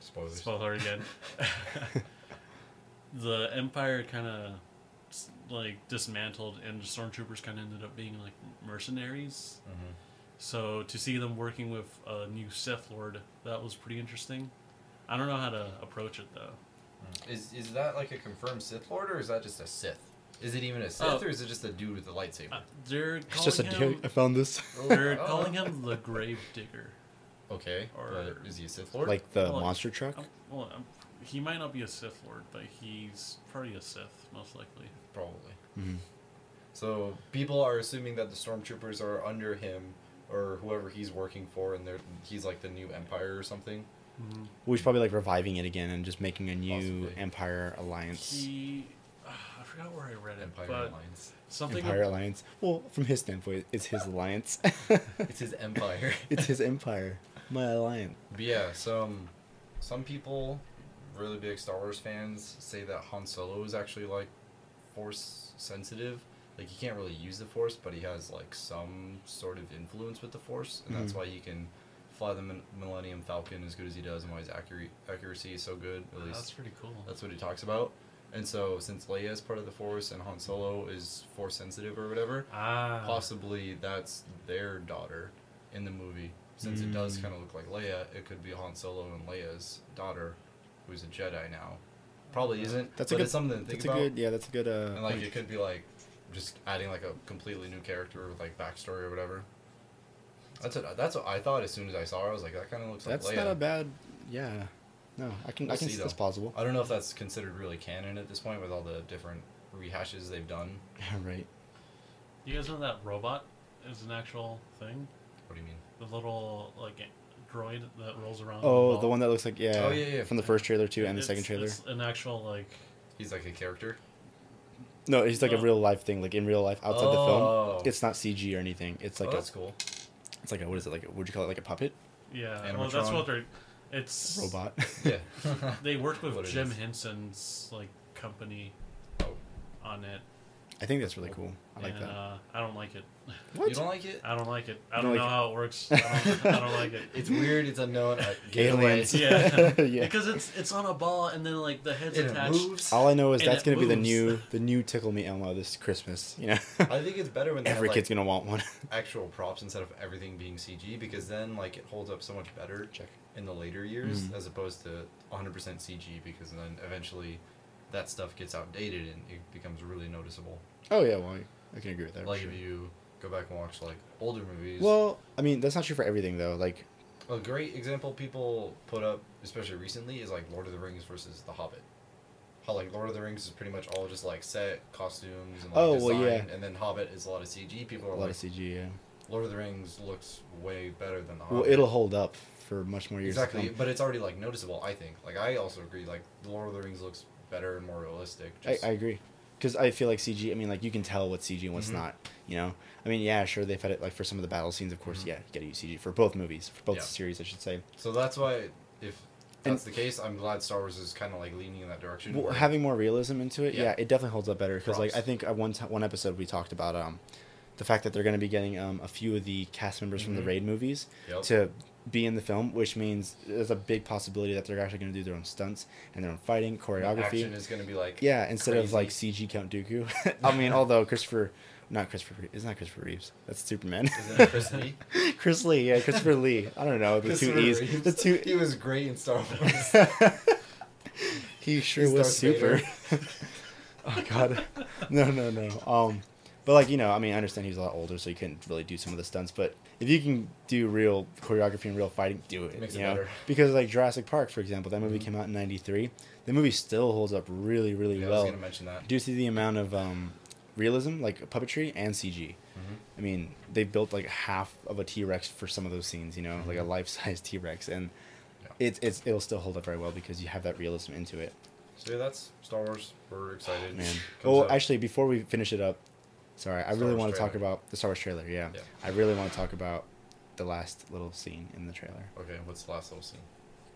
S2: Spoilers.
S3: Spoiler again. the Empire kind of like dismantled, and the stormtroopers kind of ended up being like mercenaries.
S2: Mhm.
S3: So to see them working with a new Sith Lord, that was pretty interesting. I don't know how to approach it though.
S2: Is is that like a confirmed Sith Lord, or is that just a Sith? Is it even a Sith,
S3: Oh.
S2: or is it just a dude with a lightsaber?
S3: Uh, they're calling
S1: It's just a
S3: him.
S1: joke. I found this.
S3: They're
S2: Oh.
S3: calling him the Grave Digger.
S2: Okay,
S3: Or-
S2: but is he a Sith Lord?
S1: like the
S3: Well,
S1: monster truck.
S3: Um, well, um, he might not be a Sith Lord, but he's probably a Sith, most likely.
S2: probably.
S1: Mhm.
S2: So people are assuming that the stormtroopers are under him or whoever he's working for, and they're he's like the new empire or something.
S1: Which probably like reviving it again and just making a new
S2: Possibly.
S1: Empire alliance.
S3: He, ah, I forgot where I read it,
S2: Empire
S3: but
S2: Alliance.
S3: something
S1: Empire alliance. Well, from his standpoint, it's his alliance.
S2: It's his empire.
S1: it's his empire. My alliance.
S2: but yeah, some some people, really big Star Wars fans, say that Han Solo is actually like force sensitive. Like he can't really use the force, but he has like some sort of influence with the force, and that's
S1: Mhm.
S2: why he can fly the Mil- Millennium Falcon as good as he does, and why his accuracy accuracy is so good. At least
S3: That's pretty cool.
S2: That's what he talks about. And so, since Leia is part of the Force and Han Solo is Force sensitive or whatever,
S1: Uh,
S3: ah,
S2: possibly that's their daughter in the movie. Since it does
S1: Mm.
S2: kind of look like Leia, it could be Han Solo and Leia's daughter, who's a Jedi now. Probably isn't.
S1: That's
S2: That's
S1: a
S2: but
S1: good-
S2: it's something to think
S1: That's a
S2: about.
S1: good. Yeah, that's a good. Uh,
S2: And like,
S1: point.
S2: it could be like just adding like a completely new character with like backstory or whatever. That's what that's what I thought as soon as I saw her. I was like, that kind of looks
S1: that's
S2: like Leia.
S1: not a bad. Yeah. No, I can. I
S2: We'll
S1: can.
S2: see,
S1: See, that's
S2: though.
S1: plausible.
S2: I don't know if that's considered really canon at this point with all the different rehashes they've done.
S1: right.
S3: you guys know that robot is an actual thing.
S2: What do you mean?
S3: The little like a- droid that rolls around.
S1: Oh, the one that looks like yeah.
S2: uh, Oh, yeah, yeah,
S1: From the
S2: yeah.
S1: first trailer too, and the second trailer.
S3: It's an actual like.
S2: He's like a character.
S1: No, it's like a
S3: Oh.
S1: real life thing. Like in real life, outside the
S2: uh, Oh.
S1: film, it's not CG or anything. It's
S2: Like
S1: like
S2: oh,
S1: a.
S2: that's cool.
S1: It's like a. What is it? Like a, would you call it? Like a puppet
S3: Yeah. Well, that's
S2: Animatron.
S3: what they're. It's
S1: robot.
S2: Yeah.
S3: They worked with
S2: What it
S3: Jim
S2: is.
S3: Henson's like company
S2: Oh.
S3: on it.
S1: I think that's really cool. I like
S3: and,
S1: that.
S3: Uh, I don't like it.
S1: What?
S2: You don't like it?
S3: I don't like it. I
S1: You
S3: don't
S1: don't
S3: know
S1: like
S3: how it works. I don't, I don't like it.
S2: It's weird. It's unknown. I, get away.
S1: Aliens.
S3: Yeah.
S1: yeah.
S3: Because it's it's on a ball and then like the head's
S2: It
S3: attached.
S2: moves.
S1: All I know is
S3: And
S1: that's
S3: it
S1: gonna be the
S3: moves.
S1: new the new Tickle Me Elmo this Christmas. You know,
S2: I think it's better when they
S1: every
S2: have,
S1: kid's
S2: like,
S1: gonna want one.
S2: actual props instead of everything being CG because then like it holds up so much better
S1: Check.
S2: in the later years
S1: Mhm.
S2: as opposed to 100% CG because then eventually that stuff gets outdated and it becomes really noticeable.
S1: Oh yeah, well I, I can agree with that. for
S2: like
S1: sure.
S2: if you go back and watch like older movies.
S1: Well, I mean that's not true for everything though. Like
S2: A great example people put up, especially recently, is like Lord of the Rings versus The Hobbit. How like Lord of the Rings is pretty much all just like set costumes and like
S1: Oh, well,
S2: design,
S1: yeah.
S2: and then Hobbit is a lot of CG. People
S1: a
S2: are
S1: lot
S2: like,
S1: of CG. Yeah.
S2: Lord of the Rings looks way better than The Hobbit.
S1: Well, it'll hold up for much more years. to
S2: uh, exactly,
S1: come.
S2: but it's already like noticeable. I think. Like I also agree. Like the Lord of the Rings looks better and more realistic.
S1: I,
S2: Just,
S1: I agree. Because I feel like CG. I mean, like you can tell what's CG and what's
S2: Mhm.
S1: not. You know. I mean, yeah, sure they've had it like for some of the battle scenes. Of course,
S2: Mhm.
S1: yeah, you gotta use CG for both movies, for both
S2: Yeah.
S1: series, I should say.
S2: so that's why if
S1: And-
S2: that's the case, I'm glad Star Wars is kind of like leaning in that direction.
S1: well,
S2: where-
S1: having more realism into it, yeah.
S2: Yeah.
S1: it definitely holds up better because like I uh,
S2: Props.
S1: think at one t- one episode we talked about um the fact that they're going to be getting um, a few of the cast members from the
S2: Mhm.
S1: Raid movies
S2: Yep.
S1: to be in the film, which means there's a big possibility that they're actually going to do their own stunts and their own fighting, choreography.
S2: Action is gonna be like
S1: Yeah, instead of
S2: crazy.
S1: like CG Count Dooku. I mean, although Christopher, not Christopher, Reeve- it's not Christopher Reeves. That's Superman.
S2: Isn't it Chris Lee?
S1: Chris Lee, yeah, Christopher Lee. I don't know the
S2: Christopher
S1: two E's.
S2: Reeves.
S1: The two.
S2: He was great in Star Wars.
S1: he sure
S2: He's
S1: was
S2: Darth Vader.
S1: super. oh God, no, no, no. Um, but like you know, I mean, I understand he was a lot older, so he couldn't really do some of the stunts. But if you can do real choreography and real fighting, do it.
S2: Makes
S1: you
S2: it
S1: know?
S2: better. Mm-hmm.
S1: Because like Jurassic Park, for example, that movie came out in '93. The movie still holds up really, really
S2: Yeah, I was
S1: well
S2: gonna mention that.
S1: due to the amount of um, realism, like puppetry and CG.
S2: Mm-hmm.
S1: I mean, they built like half of a T Rex for some of those scenes, you know, like a life size T Rex, and
S2: Mm-hmm. Yeah.
S1: it's it's it'll still hold up very well because you have that realism into it,
S2: So yeah, that's Star Wars. We're excited.
S1: man.
S2: Comes
S1: well,
S2: out-
S1: actually, before we finish it up, sorry, I
S2: Star
S1: really
S2: Wars
S1: want to talk
S2: trailer.
S1: about the Star Wars trailer. Yeah,
S2: Yeah.
S1: I really want to talk about the last little scene in the trailer.
S2: Okay, what's the last little scene?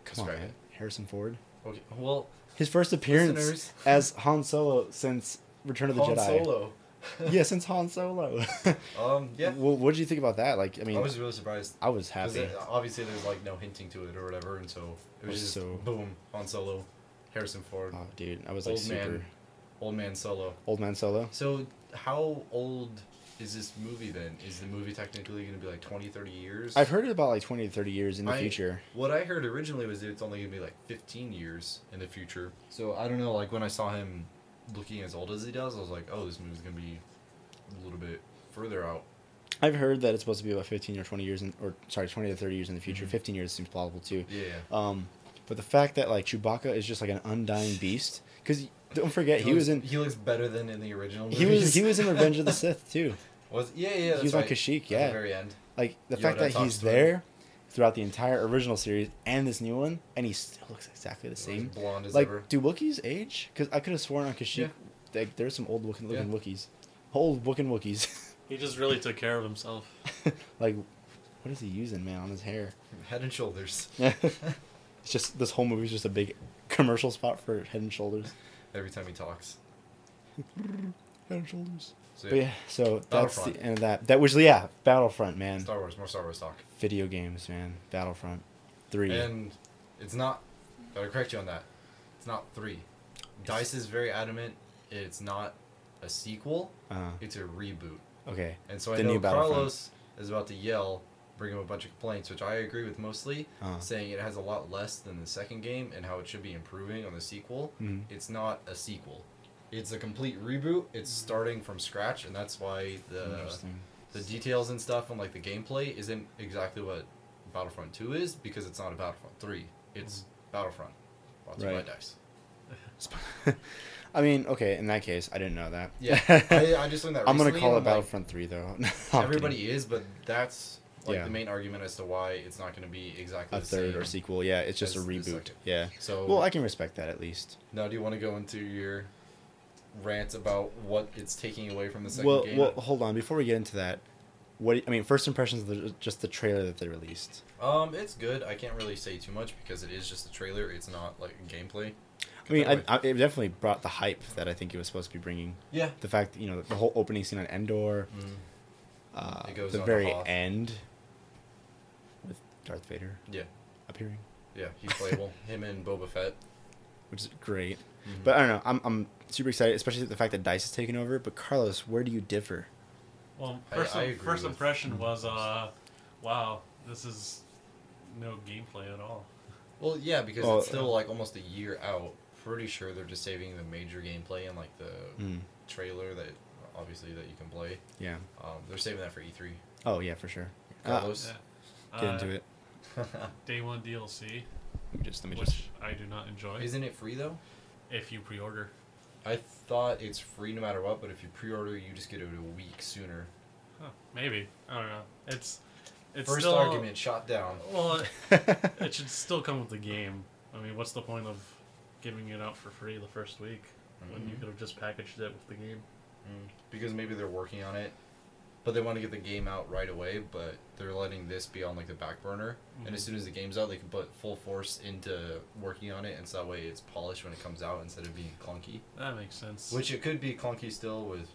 S1: Come on,
S2: Describe
S1: man.
S2: it.
S1: Harrison Ford,
S2: Okay, well,
S1: his first appearance
S2: Listeners.
S1: as Han Solo since Return of the
S2: Han
S1: Jedi.
S2: Solo.
S1: yeah, since Han Solo.
S2: Um, yeah.
S1: Well, what did you think about that? Like, I
S2: I,
S1: mean,
S2: was really surprised. Because
S1: happy.
S2: it- obviously, there's like no hinting to it or whatever, and so it was
S1: Was
S2: just
S1: so-
S2: boom, Han Solo, Harrison Ford,
S1: Oh, dude, I was like
S2: old
S1: super
S2: man, old man Solo.
S1: old man Solo.
S2: So how old is this movie then? Is the movie technically going to be like 20, 30 years?
S1: I've heard it about like twenty to thirty years in the
S2: I-
S1: future.
S2: What I heard originally was that it's only gonna be like 15 years in the future. So I don't know. Like when I saw him looking as old as he does, I was like, oh, this movie's gonna be a little bit further out.
S1: I've heard that it's supposed to be about fifteen or twenty years, in, or sorry, twenty to thirty years in the future.
S2: Mhm.
S1: Fifteen years seems plausible too.
S2: Yeah.
S1: Um, but the fact that like Chewbacca is just like an undying beast, because don't forget he was in
S2: He looks better than in the original.
S1: he
S2: movies.
S1: was he was in Revenge of the Sith too.
S2: Was- yeah, yeah. That's
S1: was on
S2: right.
S1: Kashyyyk,
S2: At
S1: yeah.
S2: The very end.
S1: Like the
S2: Yoda
S1: fact that
S2: talks
S1: he's
S2: to him.
S1: there throughout the entire original series and this new one, and he still looks exactly the
S2: He
S1: same.
S2: was Blonde as
S1: Like,
S2: ever.
S1: do Wookiees age? Because I could have sworn on Kashyyyk, like there's some old looking looking
S2: Yeah.
S1: Wookiees, old looking Wookiees.
S3: He just really took care of himself.
S1: like, what is he using, man, on his hair?
S2: Head and shoulders.
S1: it's just this whole movie is just a big commercial spot for Head and Shoulders.
S2: Every time he talks.
S1: Head and Shoulders.
S2: So
S1: But yeah, so that's the
S2: Battlefront.
S1: end of that. That was yeah, Battlefront, man.
S2: Star Wars. More Star Wars talk.
S1: Video games, man. Battlefront, three.
S2: And it's not. Gotta correct you on that. It's not three. Dice is very adamant. It's not a sequel.
S1: uh,
S2: It's a reboot.
S1: okay.
S2: And so I
S1: The new
S2: know
S1: Battlefront.
S2: Carlos is about to yell, bring him a bunch of complaints, which I agree with mostly,
S1: Uh.
S2: saying it has a lot less than the second game and how it should be improving on the sequel.
S1: Mhm.
S2: It's not a sequel. It's a complete reboot. It's starting from scratch, and that's why the
S1: Interesting.
S2: the details and stuff and like the gameplay isn't exactly what Battlefront 2 is because it's not a Battlefront 3. It's Battlefront. Lots
S1: Mm-hmm. Right.
S2: of dice.
S1: I mean, okay. In that case, I didn't know that.
S2: Yeah, I, I just learned that.
S1: I'm gonna
S2: recently,
S1: call it
S2: and I'm like,
S1: Battlefront three though. No, I'm
S2: everybody
S1: kidding.
S2: is, but that's like
S1: Yeah.
S2: the main argument as to why it's not going to be exactly
S1: a
S2: the
S1: third
S2: same.
S1: or sequel. Yeah, it's just a
S2: as the
S1: reboot.
S2: second.
S1: Yeah.
S2: So
S1: Well, I can respect that at least.
S2: now, do you want to go into your rant about what it's taking away from the second
S1: Well,
S2: game?
S1: well, hold on. Before we get into that, what do you- I mean, first impressions of the, just the trailer that they released.
S2: um, it's good. I can't really say too much because it is just a trailer. It's not like gameplay.
S1: I mean, I,
S2: Anyway.
S1: I, it definitely brought the hype that I think it was supposed to be bringing.
S2: yeah.
S1: The fact, you know, the whole opening scene on Endor,
S2: Mm,
S1: uh,
S2: It goes
S1: the
S2: on
S1: very
S2: Hoth.
S1: end with Darth Vader
S2: yeah,
S1: appearing,
S2: yeah. He's playable. Him and Boba Fett.
S1: which is great.
S2: Mhm.
S1: But I don't know. I'm, I'm super excited, especially the fact that Dice is taking over. But Carlos, where do you differ?
S3: Well,
S2: I-
S3: first,
S2: I agree
S3: first
S2: with-
S3: impression was, uh, wow, this is no gameplay at all.
S2: Well, yeah, because
S1: Well,
S2: it's still like almost a year out. Pretty sure they're just saving the major gameplay and like the
S1: Mm,
S2: trailer that obviously that you can play.
S1: yeah.
S2: Um, they're saving that for E3.
S1: Oh yeah, for sure. Uh,
S2: Carlos.
S3: Yeah. Uh,
S1: get into it.
S3: Day one DLC,
S1: Let me just let me
S3: which
S1: just.
S3: I do not enjoy.
S2: Isn't it free though?
S3: if you pre-order,
S2: I thought it's free no matter what, but if you pre-order, you just get it a week sooner.
S3: huh, maybe I don't know. It's it's
S2: First
S3: still,
S2: argument shot down.
S3: Well, it should still come with the game. I mean, what's the point of giving it out for free the first week when you
S2: Mhm.
S3: could have just packaged it with the game?
S2: Mm, Because maybe they're working on it, but they want to get the game out right away. But they're letting this be on like the back burner, and
S3: Mm-hmm.
S2: as soon as the game's out, they can put full force into working on it, and so that way it's polished when it comes out instead of being clunky.
S3: That makes sense.
S2: Which it could be clunky still with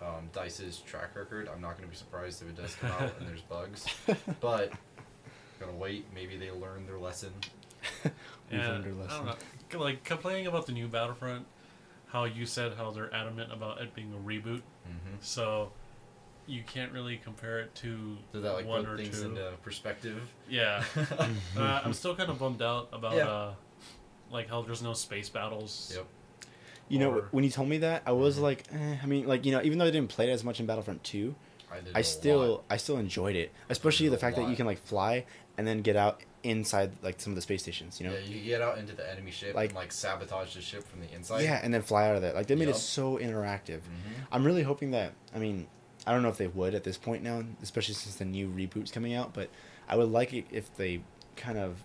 S2: um, Dice's track record, I'm not going to be surprised if it does come out and there's bugs. But gonna wait. Maybe they learned their lesson.
S1: We've
S3: Yeah,
S1: learned our
S3: I don't
S1: lesson.
S3: know. C- Like complaining about the new Battlefront, how you said how they're adamant about it being a reboot,
S2: Mm-hmm.
S3: so you can't really compare it to
S2: Did that like
S3: one
S2: put
S3: or
S2: things
S3: two.
S2: into perspective?
S3: Yeah, uh, I'm still kind of bummed out about
S2: Yeah.
S3: uh, like how there's no space battles.
S2: Yep.
S1: You know,
S3: Or-
S1: when you told me that, I was
S2: Mhm.
S1: like, eh, I mean, like you know, even though I didn't play it as much in Battlefront Two,
S2: I did.
S1: I
S2: a
S1: still
S2: lot.
S1: I still enjoyed it, especially
S2: did a
S1: the fact that you
S2: lot.
S1: can like fly and then get out inside like some of the space stations, you know?
S2: Yeah, you get out into the enemy ship
S1: Like-
S2: and like sabotage the ship from the
S1: Yeah,
S2: inside.
S1: and then fly out of there. Like they made
S2: Yup.
S1: it so interactive.
S2: Mhm.
S1: I'm really hoping that I mean, I don't know if they would at this point now, especially since the new reboot's coming out, but I would like it if they kind of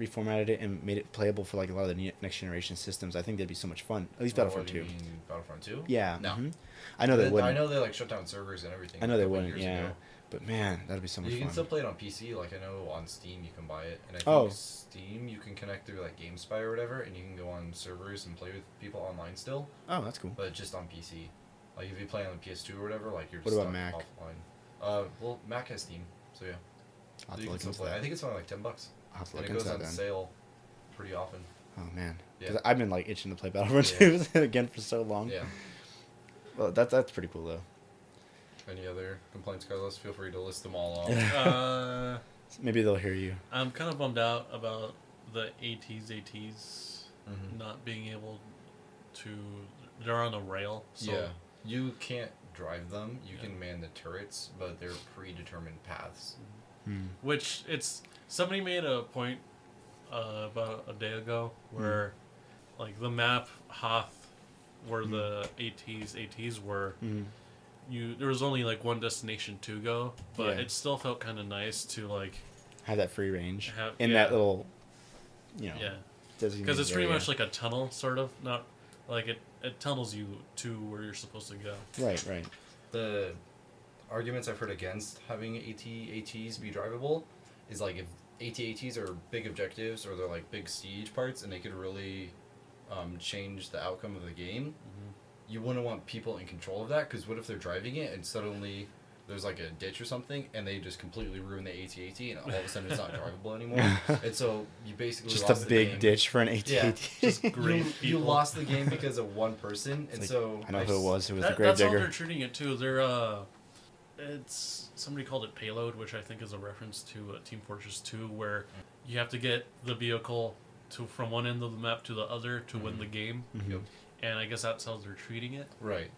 S1: reformatted it and made it playable for like a lot of the ne- next generation systems. I think that'd be so much fun. At least
S2: Oh,
S1: Battlefront
S2: what do
S1: 2.
S2: you mean, Battlefront Two.
S1: Yeah.
S2: No.
S1: mhm. I know they
S2: Th-
S1: wouldn't.
S2: I know they like shut down servers and everything.
S1: I know they
S2: a couple
S1: wouldn't,
S2: years
S1: yeah.
S2: ago.
S1: But man, that'd be so much
S2: You can
S1: fun.
S2: still play it on PC. Like I know on Steam you can buy it, and I think
S1: Oh.
S2: Steam you can connect through like GameSpy or whatever, and you can go on servers and play with people online still,
S1: oh, that's cool.
S2: but just on PC. Like if you play on PS2 or whatever, like you're
S1: What
S2: just
S1: about
S2: stuck
S1: Mac?
S2: offline. Uh, well, Mac has Steam, so yeah,
S1: I'll have to
S2: you can
S1: look
S2: still
S1: into
S2: play. I
S1: that.
S2: think it's only like ten bucks,
S1: I'll have to
S2: and
S1: look
S2: it goes
S1: into that then.
S2: on sale pretty often.
S1: Oh man,
S2: Yeah.
S1: 'Cause I've been like itching to play Battlefront
S2: Yeah.
S1: 2 again for so long.
S2: Yeah.
S1: Well, that that's pretty cool though.
S2: Any other complaints, Carlos? Feel free to list them all off.
S1: Yeah.
S3: Uh,
S1: Maybe they'll hear you.
S3: I'm kind of bummed out about the ATs ATs
S1: Mm-hmm.
S2: Mhm.
S3: not being able to. They're on a rail, so
S2: yeah. You can't drive them. You
S3: Yeah.
S2: can man the turrets, but they're predetermined paths.
S1: Hmm.
S3: which it's somebody made a point uh, about a day ago where like the map Hoth where
S1: Hmm.
S3: the ATs ATs were
S1: Mhm.
S3: you there was only like one destination to go but
S1: Yeah.
S3: it still felt kind of nice to like
S1: Have that free range
S3: Have-
S1: in
S3: yeah.
S1: that little, you know,
S3: yeah
S1: because
S3: because it's pretty much like a tunnel sort of not like it it tunnels you to where you're supposed to go
S1: right, right.
S2: the arguments I've heard against having AT-ATs be drivable is like if AT-ATs are big objectives or they're like big siege parts and they could really um, change the outcome of the game,
S1: Mm-hmm.
S2: you wouldn't want people in control of that because what if they're driving it and suddenly there's like a ditch or something and they just completely ruin the AT-AT and all of a sudden it's not drivable anymore. And so you basically
S1: Just
S2: lost
S1: a
S2: the
S1: big
S2: game.
S1: ditch for an AT.
S2: Yeah,
S3: just great
S2: You, you
S3: people.
S2: lost the game because of one person, and
S1: It's
S2: so
S1: I know
S2: I've
S1: who it
S2: s-
S1: was. It was
S3: That-
S1: the
S3: that's how they're
S1: Gravedigger.
S3: treating it too they're uh it's somebody called it payload which i think is a reference to uh, team fortress 2 where you have to get the vehicle to from one end of the map to the other to win the game
S2: Yep.
S3: and i guess that's how they're treating it
S2: Right.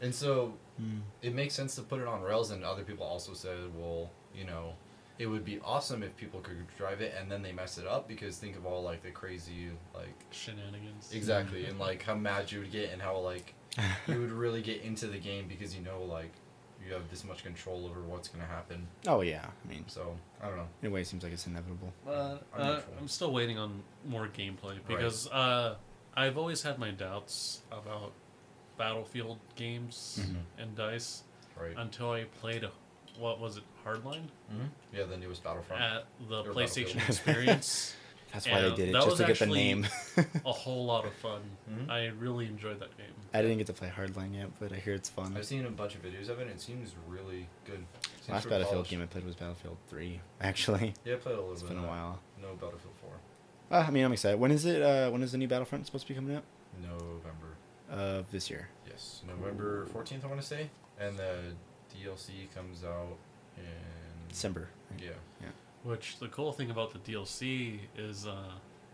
S2: And so
S1: Mm.
S2: it makes sense to put it on rails, and other people also said, well, you know, it would be awesome if people could drive it, and then they mess it up because think of all like the crazy, like
S3: shenanigans
S2: exactly,
S1: Hmm.
S2: and like how mad you would get, and how like you would really get into the game because you know like you have this much control over what's gonna happen.
S1: Oh yeah, I mean,
S2: So I don't know.
S1: in a way, it seems like it's inevitable.
S3: Uh,
S2: I'm
S3: uh,
S2: not sure.
S3: I'm still waiting on more gameplay because uh, I've always had my doubts about Battlefield games
S1: Mm-hmm.
S3: and dice
S2: Right.
S3: until I played, what was it, Hardline
S2: hmm Yeah, the newest Battlefront.
S3: at the
S2: Or
S3: PlayStation
S2: Battlefield.
S3: Experience.
S1: That's why
S3: And
S1: they did it
S3: that
S1: just
S3: was
S1: to get the
S3: actually-
S1: name.
S3: A whole lot of fun.
S2: Mhm.
S3: I really enjoyed that game.
S1: I didn't get to play Hardline yet, but I hear it's fun.
S2: I've seen a bunch of videos of it. and It seems really good. Seems
S1: Mm-hmm. Last
S2: pretty
S1: Battlefield
S2: polished.
S1: game I played was Battlefield Three. Actually,
S2: Yeah, I played a little
S1: it's
S2: bit.
S1: been a
S2: of that.
S1: while.
S2: No Battlefield Four.
S1: Uh, I mean, I'm excited. When is it? Uh, when is the new Battlefront supposed to be coming out?
S2: November.
S1: Of this year.
S2: Yes, November fourteenth. I want to say, and the DLC comes out in
S1: December.
S2: Yeah,
S3: Which the cool thing about the DLC is uh,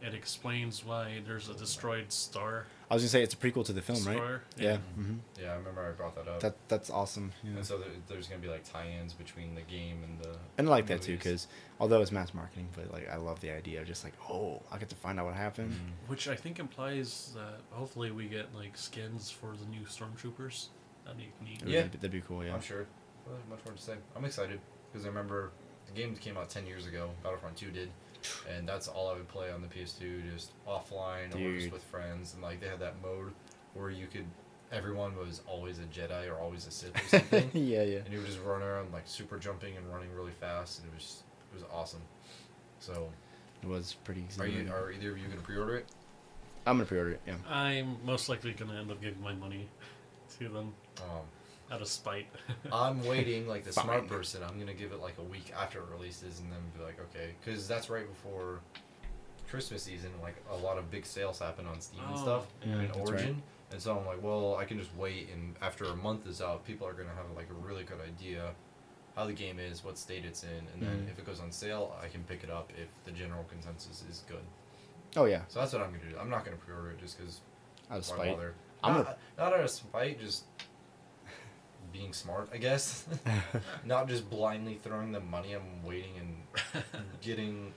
S3: it explains why there's a destroyed star.
S1: I was gonna say it's a prequel to the film, right?
S3: destroyer.
S1: Yeah.
S2: Mhm.
S1: hmm
S2: yeah. Uh, I remember I brought that up.
S1: That that's awesome. Yeah.
S2: and so there, there's gonna be like tie-ins between the game and the.
S1: And I like that too,
S2: movies.
S1: because although it's mass marketing, but like I love the idea of just like, oh, I get to find out what happened.
S2: Mhm.
S3: Which I think implies that hopefully we get like skins for the new stormtroopers. That'd be neat.
S1: It would-
S2: Yeah.
S1: that'd, be cool. Oh, Yeah,
S2: I'm sure. Well, there's much more to say. I'm excited because I remember the game came out ten years ago. Battlefront Two did, and that's all I would play on the PS2, just offline or just
S1: Dude.
S2: with friends. And like they had that mode where you could, everyone was always a Jedi or always a Sith or something.
S1: yeah, yeah.
S2: and he would just run around like super jumping and running really fast, and it was it was awesome. So,
S1: It was pretty.
S2: are you
S1: exhilarating.
S2: are either of you gonna pre-order it?
S1: I'm gonna pre-order it. Yeah.
S3: I'm most likely gonna end up giving my money to them.
S2: Um,
S3: out of spite.
S2: I'm waiting like the
S1: Fine.
S2: smart person. I'm gonna give it like a week after it releases, and then be like, okay, because that's right before Christmas season. Like a lot of big sales happen on Steam and
S3: Oh,
S2: stuff,
S1: yeah.
S2: and
S1: That's right.
S2: Origin. And so I'm like, well, I can just wait, and after a month is out, people are gonna have like a really good idea how the game is, what state it's in, and then
S1: Mhm.
S2: if it goes on sale, I can pick it up if the general consensus is good.
S1: Oh yeah,
S2: So that's what I'm gonna do. I'm not gonna pre-order it just because
S1: out of
S2: why
S1: spite.
S2: bother?
S1: I'm
S2: not, not out of spite, just being smart, I guess. not just blindly throwing the money. I'm waiting and getting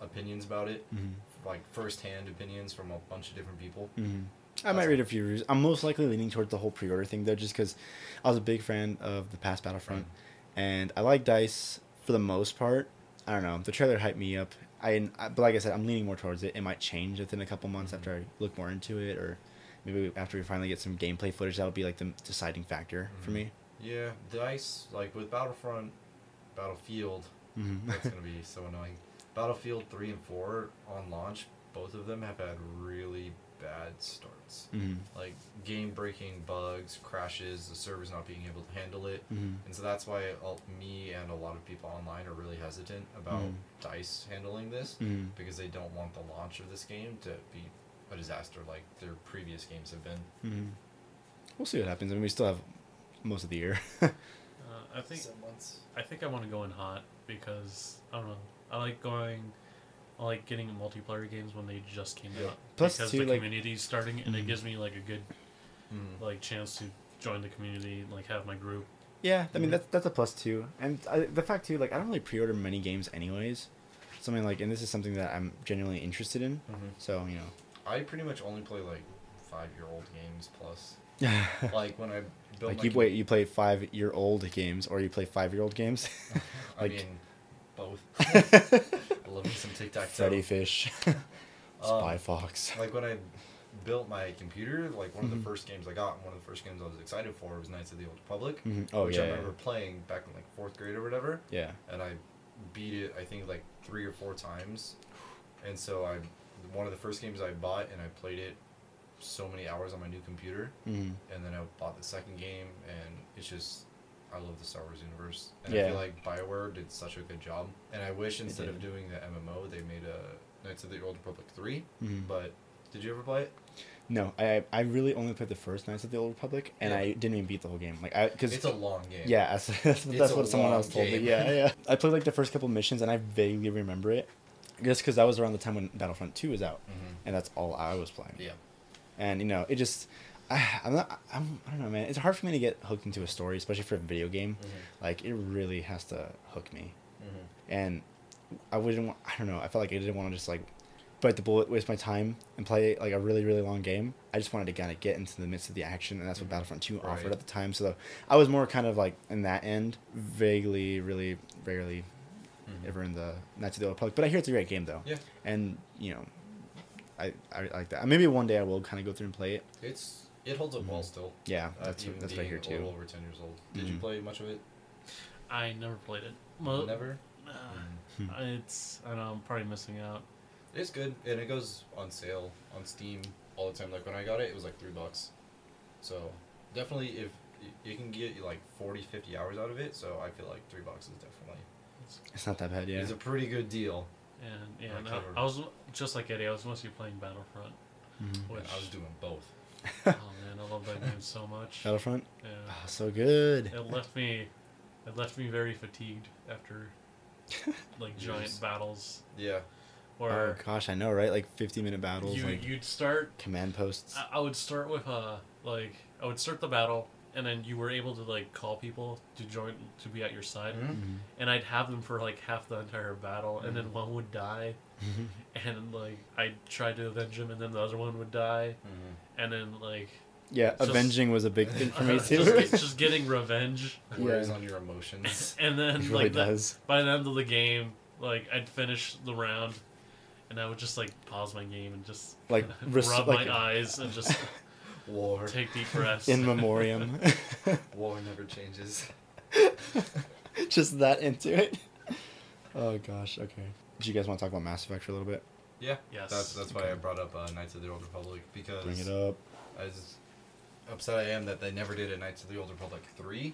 S2: opinions about it,
S1: Mhm.
S2: like firsthand opinions from a bunch of different people.
S1: hmm I
S2: That's
S1: might
S2: all.
S1: read a few reviews. I'm most likely leaning towards the whole pre-order thing though, just because I was a big fan of the past Battlefront, and I like Dice for the most part. I don't know. The trailer hyped me up. I, I but like I said, I'm leaning more towards it. It might change within a couple months after I look more into it, or maybe after we finally get some gameplay footage. That'll be like the deciding factor for
S2: Mhm.
S1: me.
S2: Yeah, dice like with Battlefront, Battlefield.
S1: hmm
S2: That's gonna be so annoying. Battlefield three and four on launch, both of them have had really bad starts.
S1: hmm
S2: Like game breaking bugs, crashes, the servers not being able to handle it.
S1: hmm
S2: And so that's why all, me and a lot of people online are really hesitant about
S1: Mhm.
S2: DICE handling this
S1: hmm
S2: because they don't want the launch of this game to be a disaster like their previous games have been.
S1: hmm We'll see what happens. I mean, we still have most of the year.
S3: Uh, I think
S2: Some months.
S3: I think I want to go in hot because I don't know. I like going. I like getting multiplayer games when they just came
S2: Yeah.
S3: out
S1: Plus,
S3: because
S1: too,
S3: the
S1: like-
S3: community's starting and
S1: Mhm.
S3: it gives me like a good
S2: Mm.
S3: like chance to join the community, like have my group.
S1: Yeah, I mean
S3: Mhm.
S1: that's that's a plus too, and I, the fact too, like I don't really pre-order many games anyways. Something like, and this is something that I'm genuinely interested in. So you
S2: I pretty much only play like five year old games plus.
S1: know,
S2: Like when I built
S1: like
S2: my
S1: you
S2: com-
S1: wait, you play five-year-old games or you play five-year-old games.
S2: I
S1: like-
S2: mean, both. I love me some Tic Tac Toe.
S1: Freddy Fish,
S2: Um,
S1: Spy Fox.
S2: like when I built my computer, like one of
S1: Mhm.
S2: the first games I got, and one of the first games I was excited for was Knights of the Old Republic.
S1: Mhm. Oh
S2: which
S1: yeah,
S2: I
S1: yeah,
S2: remember playing back in like fourth grade or whatever,
S1: yeah.
S2: and I beat it I think like three or four times, and so I one of the first games I bought and I played it so many hours on my new computer,
S1: Mhm.
S2: and then I bought the second game and it's just I love the Star Wars universe, and I
S1: Yeah.
S2: feel like Bioware did such a good job, and I wish instead of
S1: did.
S2: doing the MMO they made a Knights of the Old Republic three,
S1: Mhm.
S2: but did you ever play it?
S1: No, I I really only played the first Knights of the Old Republic, and
S2: Yeah.
S1: I didn't even beat the whole game. Like I because
S2: It's a long game.
S1: Yeah, that's, that's, that's
S2: a
S1: what someone
S2: long
S1: else told
S2: game.
S1: me. Yeah, yeah. I played like the first couple missions, and I vaguely remember it, just because that was around the time when Battlefront Two was out,
S2: Mm-hmm.
S1: and that's all I was playing.
S2: Yeah.
S1: And you know, it just, I, I'm not, I'm, I don't know, man. It's hard for me to get hooked into a story, especially for a video game.
S2: Mm-hmm.
S1: Like it really has to hook me,
S2: Mm-hmm.
S1: and I wouldn't. wa- I don't know. I felt like I didn't want to just like bite the bullet, waste my time, and play like a really really long game. I just wanted to kind of get into the midst of the action, and that's what
S2: Mhm.
S1: Battlefront Two offered
S2: Right.
S1: at the time. So I was more kind of like in that end, vaguely, really rarely ever in the Knights of the Old Republic. But I hear it's a great game though,
S2: Mm-hmm. Yeah.
S1: and you know, I I like that. Maybe one day I will kind of go through and play it.
S2: It's it holds up well still.
S1: Yeah,
S2: Uh,
S1: Mm-hmm. that's
S2: even
S1: that's what I
S2: being
S1: hear
S2: a little
S1: too.
S2: over ten years old. Did you
S1: Mhm.
S2: play much of it?
S3: I never played it. Well, uh,
S2: Never.
S3: nah,
S2: Mm.
S1: Hmm.
S3: it's I don't know. I'm probably missing out.
S2: It's good, and it goes on sale on Steam all the time. Like when I got it, it was like three bucks. So definitely, if y- you can get like 40, 50 hours out of it, so I feel like three bucks is definitely
S1: It's not that bad, yeah.
S2: is a pretty good deal.
S3: And yeah,
S2: Like
S3: no,
S2: they were-
S3: I was just like Eddie. I was mostly playing Battlefront.
S1: Mhm.
S2: And
S3: Which,
S2: I was doing both.
S3: oh man, I love that game so much.
S1: Battlefront,
S3: Yeah.
S1: oh, so good.
S3: It left me, it left me very fatigued after, like giant
S2: Years.
S3: battles,
S2: Yeah.
S1: Oh
S3: or
S1: gosh, I know, right? Like fifty minute battles,
S3: you
S1: like
S3: you'd start.
S1: command posts.
S3: I, I would start with uh like I would start the battle, and then you were able to like call people to join to be at your side,
S2: Mm-hmm.
S1: Mhm.
S3: and I'd have them for like half the entire battle, and
S1: Mm-hmm.
S3: then one would die,
S1: Mhm.
S3: and like I tried to avenge him, and then the other one would die,
S2: Mm-hmm.
S3: and then like
S1: Yeah,
S3: Just-
S1: avenging was a big thing for me
S3: just,
S1: too.
S3: just getting revenge,
S2: It wears
S1: Yeah.
S2: on your emotions.
S3: and then
S1: It
S3: like
S1: really
S3: the-
S1: does.
S3: by the end of the game, like I'd finish the round, and I would just like pause my game and just
S1: Like, res-
S3: rub
S1: like-
S3: my eyes and just
S2: War.
S3: take deep breaths.
S1: In memoriam.
S2: War never changes.
S1: just that into it. Oh gosh, okay. Do you guys want to talk about Mass Effect for a little bit?
S2: Yeah.
S3: Yes.
S2: That's that's why
S1: Okay.
S2: I brought up uh, Knights of the Old Republic because
S1: Bring it up.
S2: as upset I am that they never did a Knights of the Old Republic three.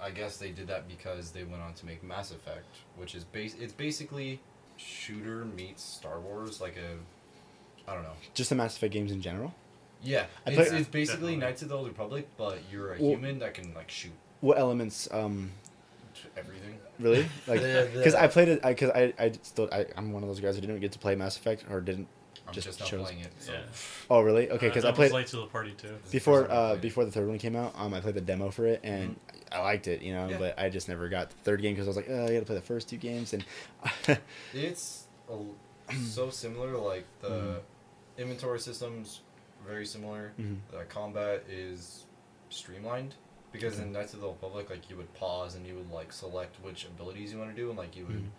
S2: I guess they did that because they went on to make Mass Effect, which is base. It's basically shooter meets Star Wars, like a, I don't know.
S1: Just the Mass Effect games in general.
S2: Yeah,
S1: I
S2: it's,
S1: play-
S2: it's basically
S3: Definitely.
S2: Knights of the Old Republic, but you're a
S1: Well-
S2: human that can like shoot
S1: What elements? Um,
S2: everything.
S1: really? Like,
S2: The- the-
S1: because I played it. Because I, I, still, I, I'm one of those guys who didn't get to play Mass Effect or didn't.
S2: I'm
S1: Just
S2: just, not
S1: chose-
S2: playing it. So.
S3: Yeah.
S1: Oh, really? Okay,
S3: Uh,
S1: because
S3: that
S1: I
S3: was
S1: played
S3: late to the party too.
S2: This is the
S1: before
S2: first time I've
S1: uh,
S2: played it.
S1: before the third one came out. Um, I played the demo for it, and I liked it, you know.
S2: Mm-hmm. Yeah.
S1: But I just never got the third game because I was like, oh, I got to play the first two games, and
S2: It's a l so similar. Like the
S1: Mhm.
S2: inventory systems, very similar.
S1: Mhm.
S2: The combat is streamlined because in Knights of the Old Republic, like you would pause and you would like select which abilities you want to do, and like you would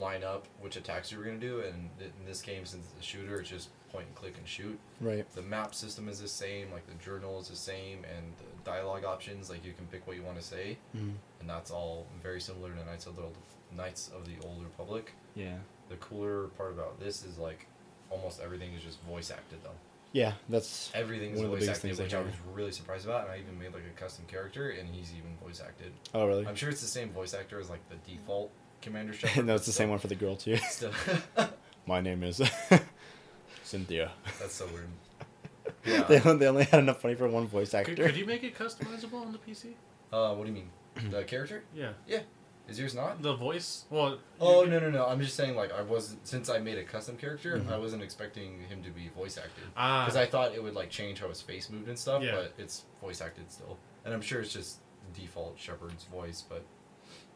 S2: line up which attacks you were gonna do. And th- in this game, since it's a shooter, it's just point and click and shoot.
S1: right.
S2: The map system is the same. Like the journal is the same, and the dialogue options, like you can pick what you want to say,
S1: Mm.
S2: and that's all very similar to Knights of the Old Knights of the Old Republic
S1: Yeah.
S2: the cooler part about this is like almost everything is just voice acted though.
S1: Yeah, that's
S2: Everything is
S1: One of the
S2: voice
S1: biggest
S2: acted,
S1: things they
S2: which I
S1: have.
S2: was really surprised about, and I even made like a custom character, and he's even voice acted.
S1: oh really?
S2: I'm sure it's the same voice actor as like the default Commander Shepard.
S1: no, it's the same one for the girl too.
S2: Still,
S1: My name is Cynthia.
S2: that's so weird.
S1: they,
S2: Yeah.
S1: only, they only had enough money for one voice actor.
S3: Could, could you make it customizable on the PC?
S2: Uh, what do you mean? The character?
S3: Yeah.
S2: Yeah. Is yours not?
S3: The voice? Well.
S2: Oh
S3: you-
S2: no no no! I'm just saying like I wasn't since I made a custom character,
S1: Mhm.
S2: I wasn't expecting him to be voice acted.
S3: Ah.
S2: because I thought it would like change how his face moved and stuff,
S3: Yeah.
S2: but it's voice acted still. And I'm sure it's just default Shepard's voice, but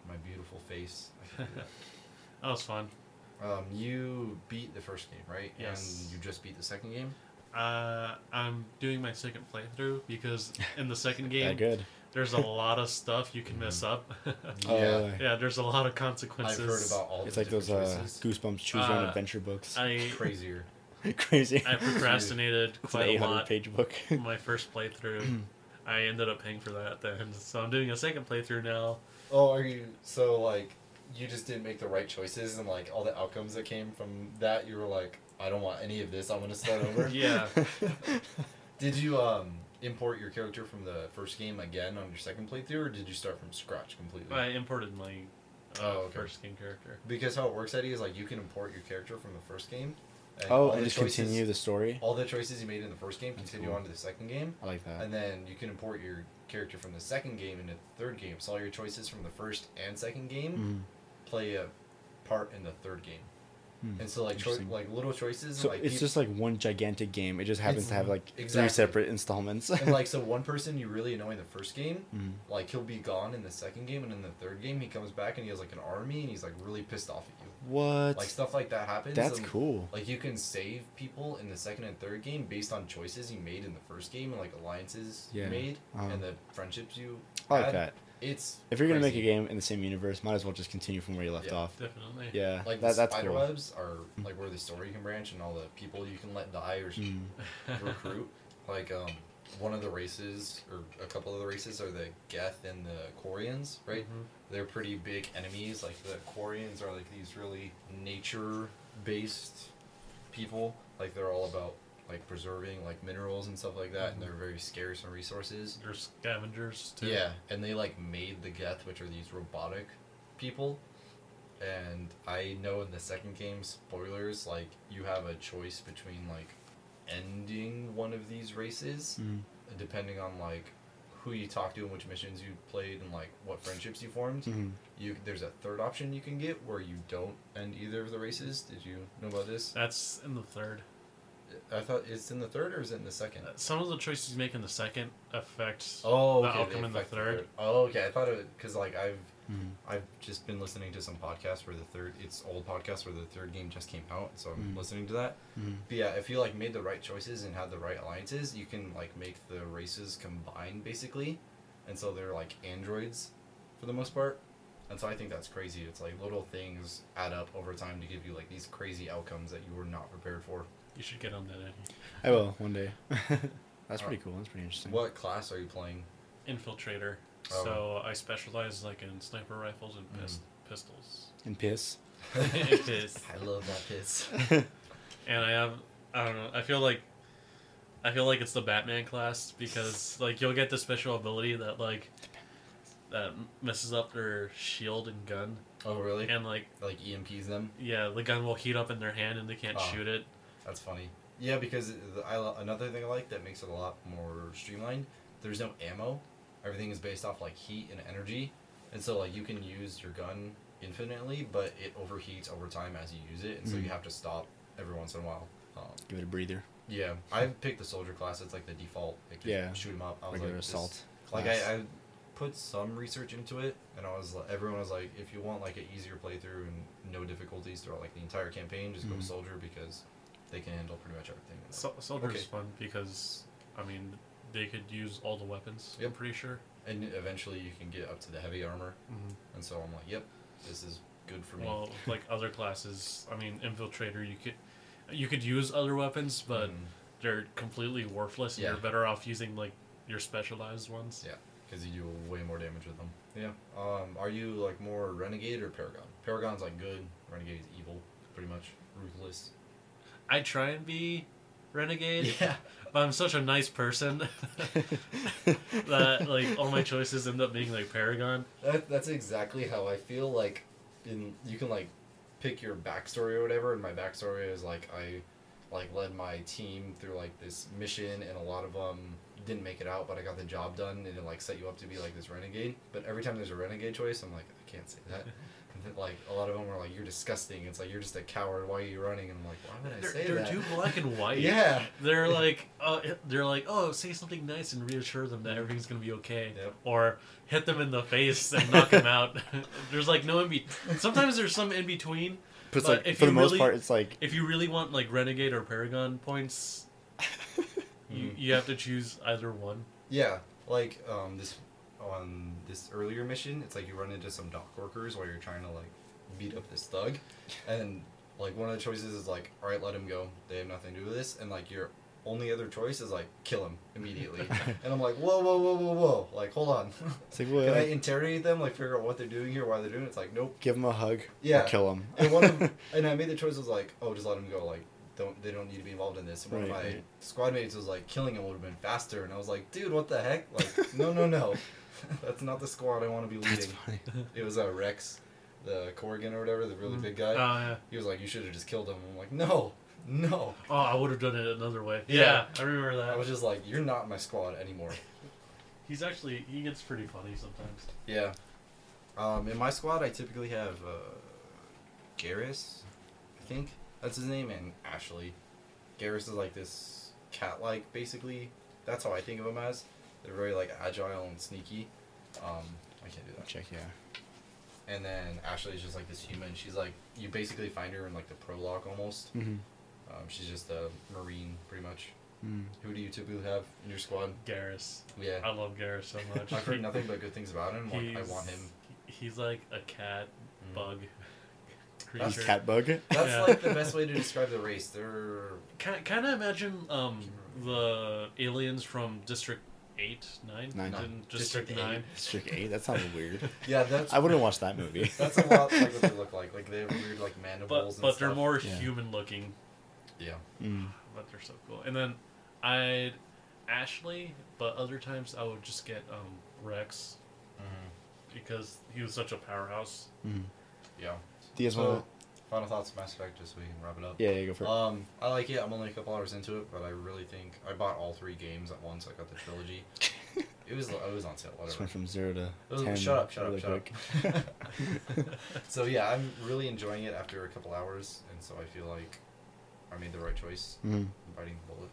S2: my beautiful face. I can do
S3: that was fun.
S2: that. um, you beat the first game, right?
S3: Yes.
S2: And you just beat the second game.
S3: Uh, I'm doing my second playthrough because in the second
S1: that
S3: game,
S1: good.
S3: there's a lot of stuff you can mess up.
S1: Oh,
S2: yeah,
S1: really?
S3: yeah, there's a lot of
S2: I've
S3: consequences.
S2: heard about all.
S1: It's
S2: the
S1: like those
S2: different
S1: uh,
S2: choices.
S1: Goosebumps Choose Your Own
S3: Uh,
S1: Adventure books.
S3: I
S2: crazier.
S1: Crazy.
S3: I procrastinated
S1: it's an
S3: quite a
S1: 800
S3: lot
S1: page book.
S3: in my first playthrough. I ended up paying for that then, so I'm doing a second playthrough now.
S2: Oh, are you so like you just didn't make the right choices and like all the outcomes that came from that? You were like, I don't want any of this. I want to start over.
S3: Yeah,
S2: Did you um import your character from the first game again on your second playthrough, or did you start from scratch completely?
S3: I imported my uh,
S2: Oh, okay.
S3: first game character.
S2: Because how it works, Eddie, is like you can import your character from the first game. And
S1: oh,
S2: all
S1: and
S2: the
S1: just
S2: choices-
S1: continue the story.
S2: All the choices you made in the first game continue
S1: cool.
S2: on to the second game,
S1: I like that.
S2: and then you can import your character from the second game into the third game. So all your choices from the first and second game
S1: Mm.
S2: play a part in the third game.
S1: Hmm,
S2: And so like choi-
S1: interesting.
S2: like little choices.
S1: So
S2: and, like,
S1: it's
S2: peop-
S1: just like one gigantic game. It just happens
S2: It's-
S1: to have like three
S2: exactly.
S1: separate installments.
S2: and like so one person you really annoy in the first game
S1: Mm.
S2: like he'll be gone in the second game and in the third game he comes back and he has like an army and he's like really pissed off at you
S1: What?
S2: like stuff like that happens
S1: That's
S2: and,
S1: cool.
S2: like you can save people in the second and third game based on choices you made in the first game and like alliances
S1: Yeah.
S2: you made
S1: Uh-huh.
S2: and the friendships you
S1: I like
S2: had.
S1: that.
S2: it's
S1: If you're gonna make
S2: crazy.
S1: a game in the same universe, might as well just continue from where you left
S2: Yeah.
S1: off.
S3: Definitely.
S1: Yeah,
S2: like
S1: that,
S2: the
S1: that's
S2: spider
S1: cool.
S2: webs are like where the story can branch and all the people you can let die or
S1: Mm.
S2: recruit. Like um, one of the races or a couple of the races are the Geth and the Quarians, right?
S3: Mhm.
S2: They're pretty big enemies. Like the Quarians are like these really nature-based people. Like they're all about like preserving like minerals and stuff like that, and they're very scarce on resources.
S3: There's scavengers too.
S2: Yeah, and they like made the Geth, which are these robotic people. And I know in the second game, spoilers, like you have a choice between like ending one of these races,
S1: Mm.
S2: depending on like who you talk to and which missions you played and like what friendships you formed.
S1: Mhm.
S2: You there's a third option you can get where you don't end either of the races. Did you know about this?
S3: That's in the third.
S2: I thought it's in the third or is it in the second?
S3: Uh, Some of the choices you make in the second affect.
S2: Oh,
S3: The
S2: okay.
S3: outcome
S2: they
S3: in the
S2: affect
S3: third.
S2: Oh, okay. I thought it because like I've
S1: Mhm.
S2: I've just been listening to some podcasts where the third it's old podcasts where the third game just came out, so I'm
S1: Mm.
S2: listening to that.
S1: Mhm.
S2: But yeah, if you like made the right choices and had the right alliances, you can like make the races combine basically, and so they're like androids, for the most part. And so I think that's crazy. It's like little things add up over time to give you like these crazy outcomes that you were not prepared for.
S3: You should get on that. Eddie.
S1: I will one day. that's pretty cool. That's pretty interesting.
S2: What class are you playing?
S3: infiltrator.
S2: Oh. Mm-hmm.
S3: So I specialize like in sniper rifles and pist-
S1: And piss.
S3: pistols.
S2: I love that piss.
S3: and I have I don't know. I feel like I feel like it's the Batman class because like you'll get the special ability that like that messes up their shield and gun,
S2: Oh really?
S3: and like
S2: Like EMPs them.
S3: yeah, the gun will heat up in their hand and they can't
S2: Oh.
S3: shoot it.
S2: That's funny. Yeah, because the- I lo- another thing I like that makes it a lot more streamlined. There's no ammo. Everything is based off like heat and energy, and so like you can use your gun infinitely, but it overheats over time as you use it, and so you
S1: Mhm.
S2: have to stop every once in a while. Um,
S1: Give it a breather.
S2: yeah, I picked the soldier class. It's like the default. It can
S1: Yeah.
S2: shoot 'em up. I was
S1: Regular
S2: like, this-
S1: assault.
S2: like
S1: class.
S2: I, I put some research into it, and I was like, everyone was like, if you want like an easier playthrough and no difficulties throughout like the entire campaign, just
S3: Hmm.
S2: go
S1: Mhm.
S2: soldier because they can handle pretty much everything. in that.
S3: Sol- Soldier's
S2: Okay.
S3: fun because I mean they could use all the weapons. I'm
S2: Yep.
S3: pretty sure.
S2: and eventually you can get up to the heavy armor,
S3: Mm-hmm.
S2: and so I'm like, yep, this is good for me.
S3: Well, like other classes, I mean, infiltrator, you could you could use other weapons, but
S2: Mm,
S3: they're completely worthless, and
S2: Yeah.
S3: you're better off using like your specialized ones.
S2: Yeah. because you do way more damage with them. Yeah. Um, are you like more renegade or paragon? Paragon's like good. Renegade is evil, pretty much ruthless.
S3: I try and be renegade,
S2: Yeah.
S3: but I'm such a nice person that like all my choices end up being like Paragon.
S2: That, that's exactly how I feel. Like, in you can like pick your backstory or whatever, and my backstory is like I like led my team through like this mission, and a lot of them didn't make it out, but I got the job done, and it like set you up to be like this renegade. But every time there's a renegade choice, I'm like I can't say that. And then, like a lot of them are like you're disgusting. It's like you're just a coward. Why are you running? And I'm like why would I
S3: They're,
S2: say
S3: they're
S2: that?
S3: too black and white.
S2: yeah.
S3: They're like, uh, they're like, oh, say something nice and reassure them that everything's gonna be okay,
S2: Yep.
S3: or hit them in the face and knock them out. there's like no in be. Sometimes there's some in between.
S1: But it's
S3: But
S1: like
S3: if
S1: for the
S3: you
S1: most
S3: really-
S1: part, it's like
S3: If you really want like renegade or paragon points, you you have to choose either one.
S2: Yeah, like um, this on this earlier mission, it's like you run into some dock workers while you're trying to like beat up this thug, and like one of the choices is like, all right, let him go. They have nothing to do with this, and like your only other choice is like kill him immediately. and I'm like, whoa, whoa, whoa, whoa, whoa! Like, hold on.
S1: it's like
S2: Can
S1: well,
S2: I interrogate them? Like, figure out what they're doing here, why they're doing it. It's like, nope.
S1: give him a hug.
S2: Yeah.
S1: Or kill him.
S2: And one of, and I made the choice was like, oh, just let him go. Like, don't they don't need to be involved in this. And one of
S1: Right,
S2: my
S1: right.
S2: squad mates was like, killing him would have been faster. And I was like, dude, what the heck? Like, no, no, no, that's not the squad I want to be
S1: That's
S2: leading.
S1: funny.
S2: It was uh, Rex, the Corrigan or whatever, the
S1: Mm.
S2: really big guy.
S3: Uh,
S2: he was like, you should have just killed him. I'm like, no, no.
S3: oh, I would have done it another way. Yeah,
S2: Yeah.
S3: I remember
S2: I
S3: that.
S2: was just like, you're not my squad anymore.
S3: He's actually he gets pretty funny sometimes.
S2: Yeah. Um, in my squad, I typically have uh, Garrus, I think that's his name, and Ashley. Garrus is like this cat-like, basically. That's how I think of him as. They're very like agile and sneaky. Um, I can't do that.
S1: Check yeah.
S2: And then Ashley is just like this human. She's like you basically find her in like the prologue almost.
S1: Mm-hmm.
S2: Um, she's just a marine, pretty much.
S1: Mm.
S2: Who do you typically have in your squad?
S3: Garrus,
S2: Um, Yeah,
S3: I love Garrus so much.
S2: I've heard nothing but good things about him. Like I want him.
S3: He's like a cat
S2: Mm.
S3: bug creature.
S1: He's cat bug.
S2: That's
S3: Yeah.
S2: like the best way to describe the race. They're
S3: Kind kind of imagine um, the aliens from District Eight, Nine,
S1: Nine.
S3: Didn't-
S2: District
S3: District,
S2: Eight.
S3: Nine.
S1: District Eight. That sounds weird.
S2: yeah, that's
S1: I wouldn't watch that movie.
S2: that's a lot like what they look like. Like they have weird like mandibles.
S3: But
S2: and
S3: but they're
S2: stuff.
S3: more
S1: Yeah.
S3: human looking. Oh,
S2: yeah.
S1: Mm.
S3: But they're so cool. And then I'd Ashley, but other times I would just get um, Rex
S2: Mm-hmm.
S3: because he was such a powerhouse.
S1: Mm.
S2: Yeah.
S1: Do you guys
S2: So,
S1: want
S2: final thoughts, Mass Effect, just so we can wrap it up.
S1: to? Yeah, yeah, go for it.
S2: Um, I like it. I'm only a couple hours into it, but I really think I bought all three games at once. I got the trilogy. it was it was on sale.
S1: Just
S2: Whatever.
S1: went from zero to
S2: Oh,
S1: ten.
S2: shut up, shut up,
S1: really
S2: shut
S1: quick.
S2: up. so yeah, I'm really enjoying it after a couple hours, and so I feel like I made the right choice
S1: Mm.
S2: in biting the bullet.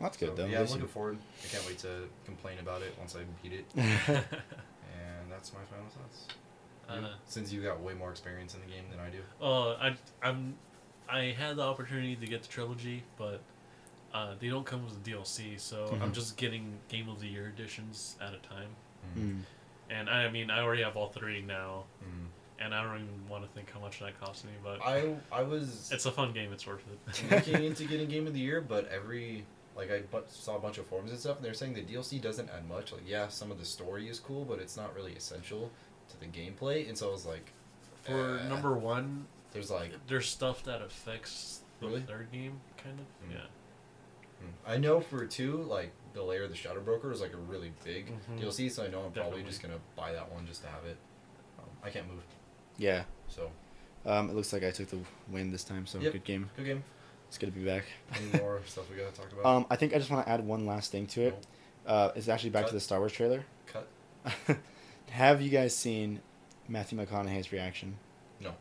S1: That's good
S2: So,
S1: though.
S2: Yeah, I'm
S1: Listen.
S2: looking forward. I can't wait to complain about it once I beat it. And that's my final thoughts. You?
S3: Uh,
S2: Since you got way more experience in the game than I do.
S3: Oh, I I'm I had the opportunity to get the trilogy, but uh, they don't come with the DLC, so I'm
S1: Mhm.
S3: just getting Game of the Year editions at a time.
S1: Mm.
S3: And I mean, I already have all three now,
S2: Mm.
S3: and I don't even want to think how much that cost me, but
S2: I I was
S3: Hmm. it's a fun game. It's worth it.
S2: looking into getting Game of the Year, but every like I bu- saw a bunch of forums and stuff, and they're saying the DLC doesn't add much. Like yeah, some of the story is cool, but it's not really essential to the gameplay. And so I was like,
S3: For
S2: uh,
S3: number one,
S2: there's like
S3: there's stuff that affects the
S2: Really?
S3: third game, kind of.
S2: Mm.
S3: Yeah.
S2: I know for two, like the layer of the Shadow Broker is like a really big
S3: Mhm.
S2: DLC, so I know I'm probably
S3: Definitely.
S2: just gonna buy that one just to have it. Um, I can't move,
S1: Yeah.
S2: so
S1: Um, it looks like I took the win this time, so
S2: Yep.
S1: good game.
S2: good game.
S1: It's good to be back.
S2: Any more stuff we gotta talk about?
S1: Um, I think I just want to add one last thing to it. Uh, it's actually back to
S2: Cut.
S1: the Star Wars trailer.
S2: Cut.
S1: Have you guys seen Matthew McConaughey's reaction?
S2: No.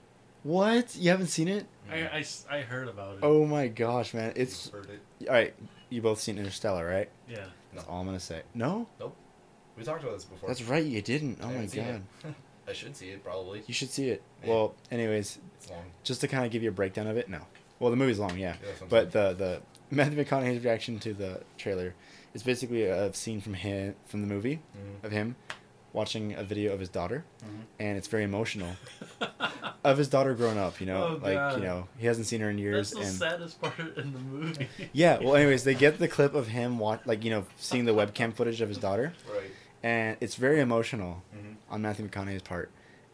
S1: What? You haven't seen it?
S3: I,
S2: Mm.
S3: I s- I heard about it.
S1: Oh my gosh, man!
S2: You
S1: It's
S2: heard it.
S1: all right. You both seen Interstellar, right?
S3: Yeah.
S1: That's
S2: No.
S1: all I'm gonna say. No,
S2: We talked about this before.
S1: that's right. You didn't.
S2: I
S1: Oh my
S2: haven't seen it.
S1: god.
S2: I should see it probably.
S1: You should see it.
S2: Yeah.
S1: Well, anyways,
S2: It's long.
S1: just to kind of give you a breakdown of it. No. Well, the movie's long, yeah.
S2: Yeah, that's what I'm
S1: But the the Matthew McConaughey's reaction to the trailer is basically a scene from him from the movie
S2: Mhm.
S1: of him watching a video of his daughter,
S3: Mm-hmm.
S2: Mhm.
S1: and it's very emotional. of his daughter grown up, you know,
S3: Oh,
S1: like
S3: God.
S1: you know he hasn't seen her in years,
S3: That's the
S1: and
S3: saddest part in the movie.
S1: yeah. Well, anyways, they get the clip of him watch like you know seeing the webcam footage of his daughter,
S3: Mm-hmm.
S2: Right.
S1: and it's very emotional
S2: Mhm.
S1: on Matthew McConaughey's part.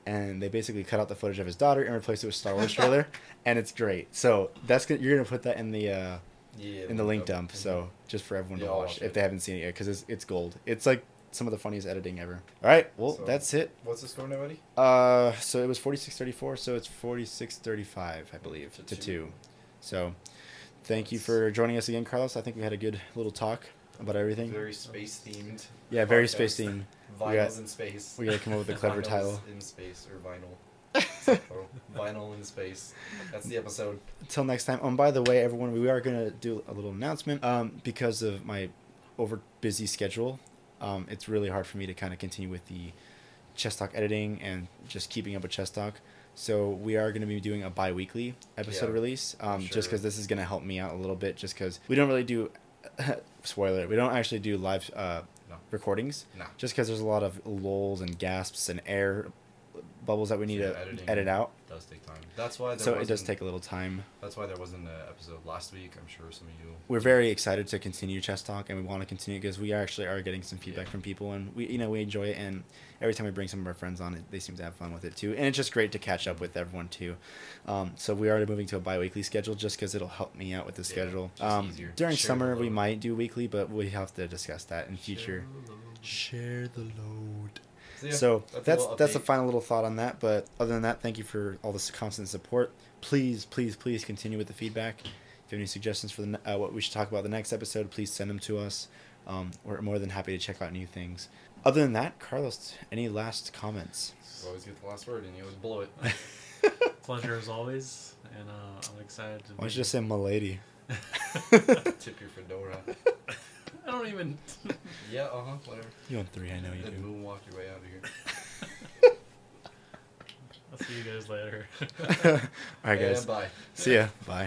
S1: And they basically cut out the footage of his daughter and replaced it with Star Wars trailer, and it's great. So that's gonna, you're gonna put that in the uh,
S2: Yeah.
S1: in the link dump,
S2: Mhm.
S1: so just for everyone
S2: Yeah,
S1: to
S2: I'll
S1: watch
S2: watch
S1: if
S2: it.
S1: they haven't seen it yet, because it's it's gold. It's like some of the funniest editing ever. All right, well
S2: So-
S1: that's it.
S2: What's the score now, Eddie?
S1: Uh, so it was forty six thirty four, so it's forty six thirty five, I believe,
S2: To
S1: to
S2: two.
S1: two. So, thank you
S2: That's-
S1: for joining us again, Carlos. I think we had a good little talk about everything.
S2: Very space themed.
S1: yeah, very space themed.
S2: Vinyls
S1: We got-
S2: in space.
S1: we gotta come up with a clever
S2: Vinyls
S1: title.
S2: In space or vinyl. Or vinyl in space. That's the episode.
S1: Till next time. Um, by the way, everyone, we are gonna do a little announcement. Um, because of my over busy schedule, um, it's really hard for me to kind of continue with the chess talk editing and just keeping up with chess talk. So we are gonna be doing a bi-weekly episode
S2: Yeah,
S1: release. Um, just 'cause just
S2: sure.
S1: because this is gonna help me out a little bit. Just because we don't really do spoiler, we don't actually do live uh,
S2: No.
S1: recordings.
S2: Nah.
S1: Just because there's a lot of lulls and gasps and air bubbles that we need
S2: Yeah,
S1: to
S2: editing.
S1: edit out.
S2: does take time. That's why there
S1: So it does
S2: wasn't-
S1: take a little time.
S2: That's why there wasn't an episode last week. I'm sure some of you.
S1: we're very excited to continue chess talk and we want to continue because we actually are getting some feedback
S2: Yeah.
S1: from people and we you know we enjoy it and every time we bring some of our friends on it they seem to have fun with it too and it's just great to catch up with everyone too um, so we are moving to a bi-weekly schedule just because it'll help me out with the
S2: Yeah,
S1: schedule
S2: just
S1: um,
S2: easier.
S1: during
S2: Share the
S1: summer we
S2: load.
S1: might do weekly but we have to discuss that in future share the load
S2: yeah,
S1: so
S2: a
S1: that's
S2: little
S1: that's a
S2: update.
S1: final little thought on that. But other than that, thank you for all this constant support. Please, please, please continue with the feedback. If you have any suggestions for the, ne- uh, what we should talk about the next episode, please send them to us. Um, we're more than happy to check out new things. Other than that, Carlos, any last comments?
S2: You always get the last word, and you always blow it.
S3: Pleasure as always, and uh, I'm excited to.
S1: Why don't
S3: be-
S1: you just say "Milady"?
S2: Tip your fedora.
S3: I don't even.
S2: Yeah, uh huh, whatever.
S1: You want three? I know you
S2: and
S1: do.
S2: moonwalk your way out of here.
S3: I'll see you guys later.
S1: all right,
S2: And
S1: guys.
S2: bye.
S1: See ya. Bye.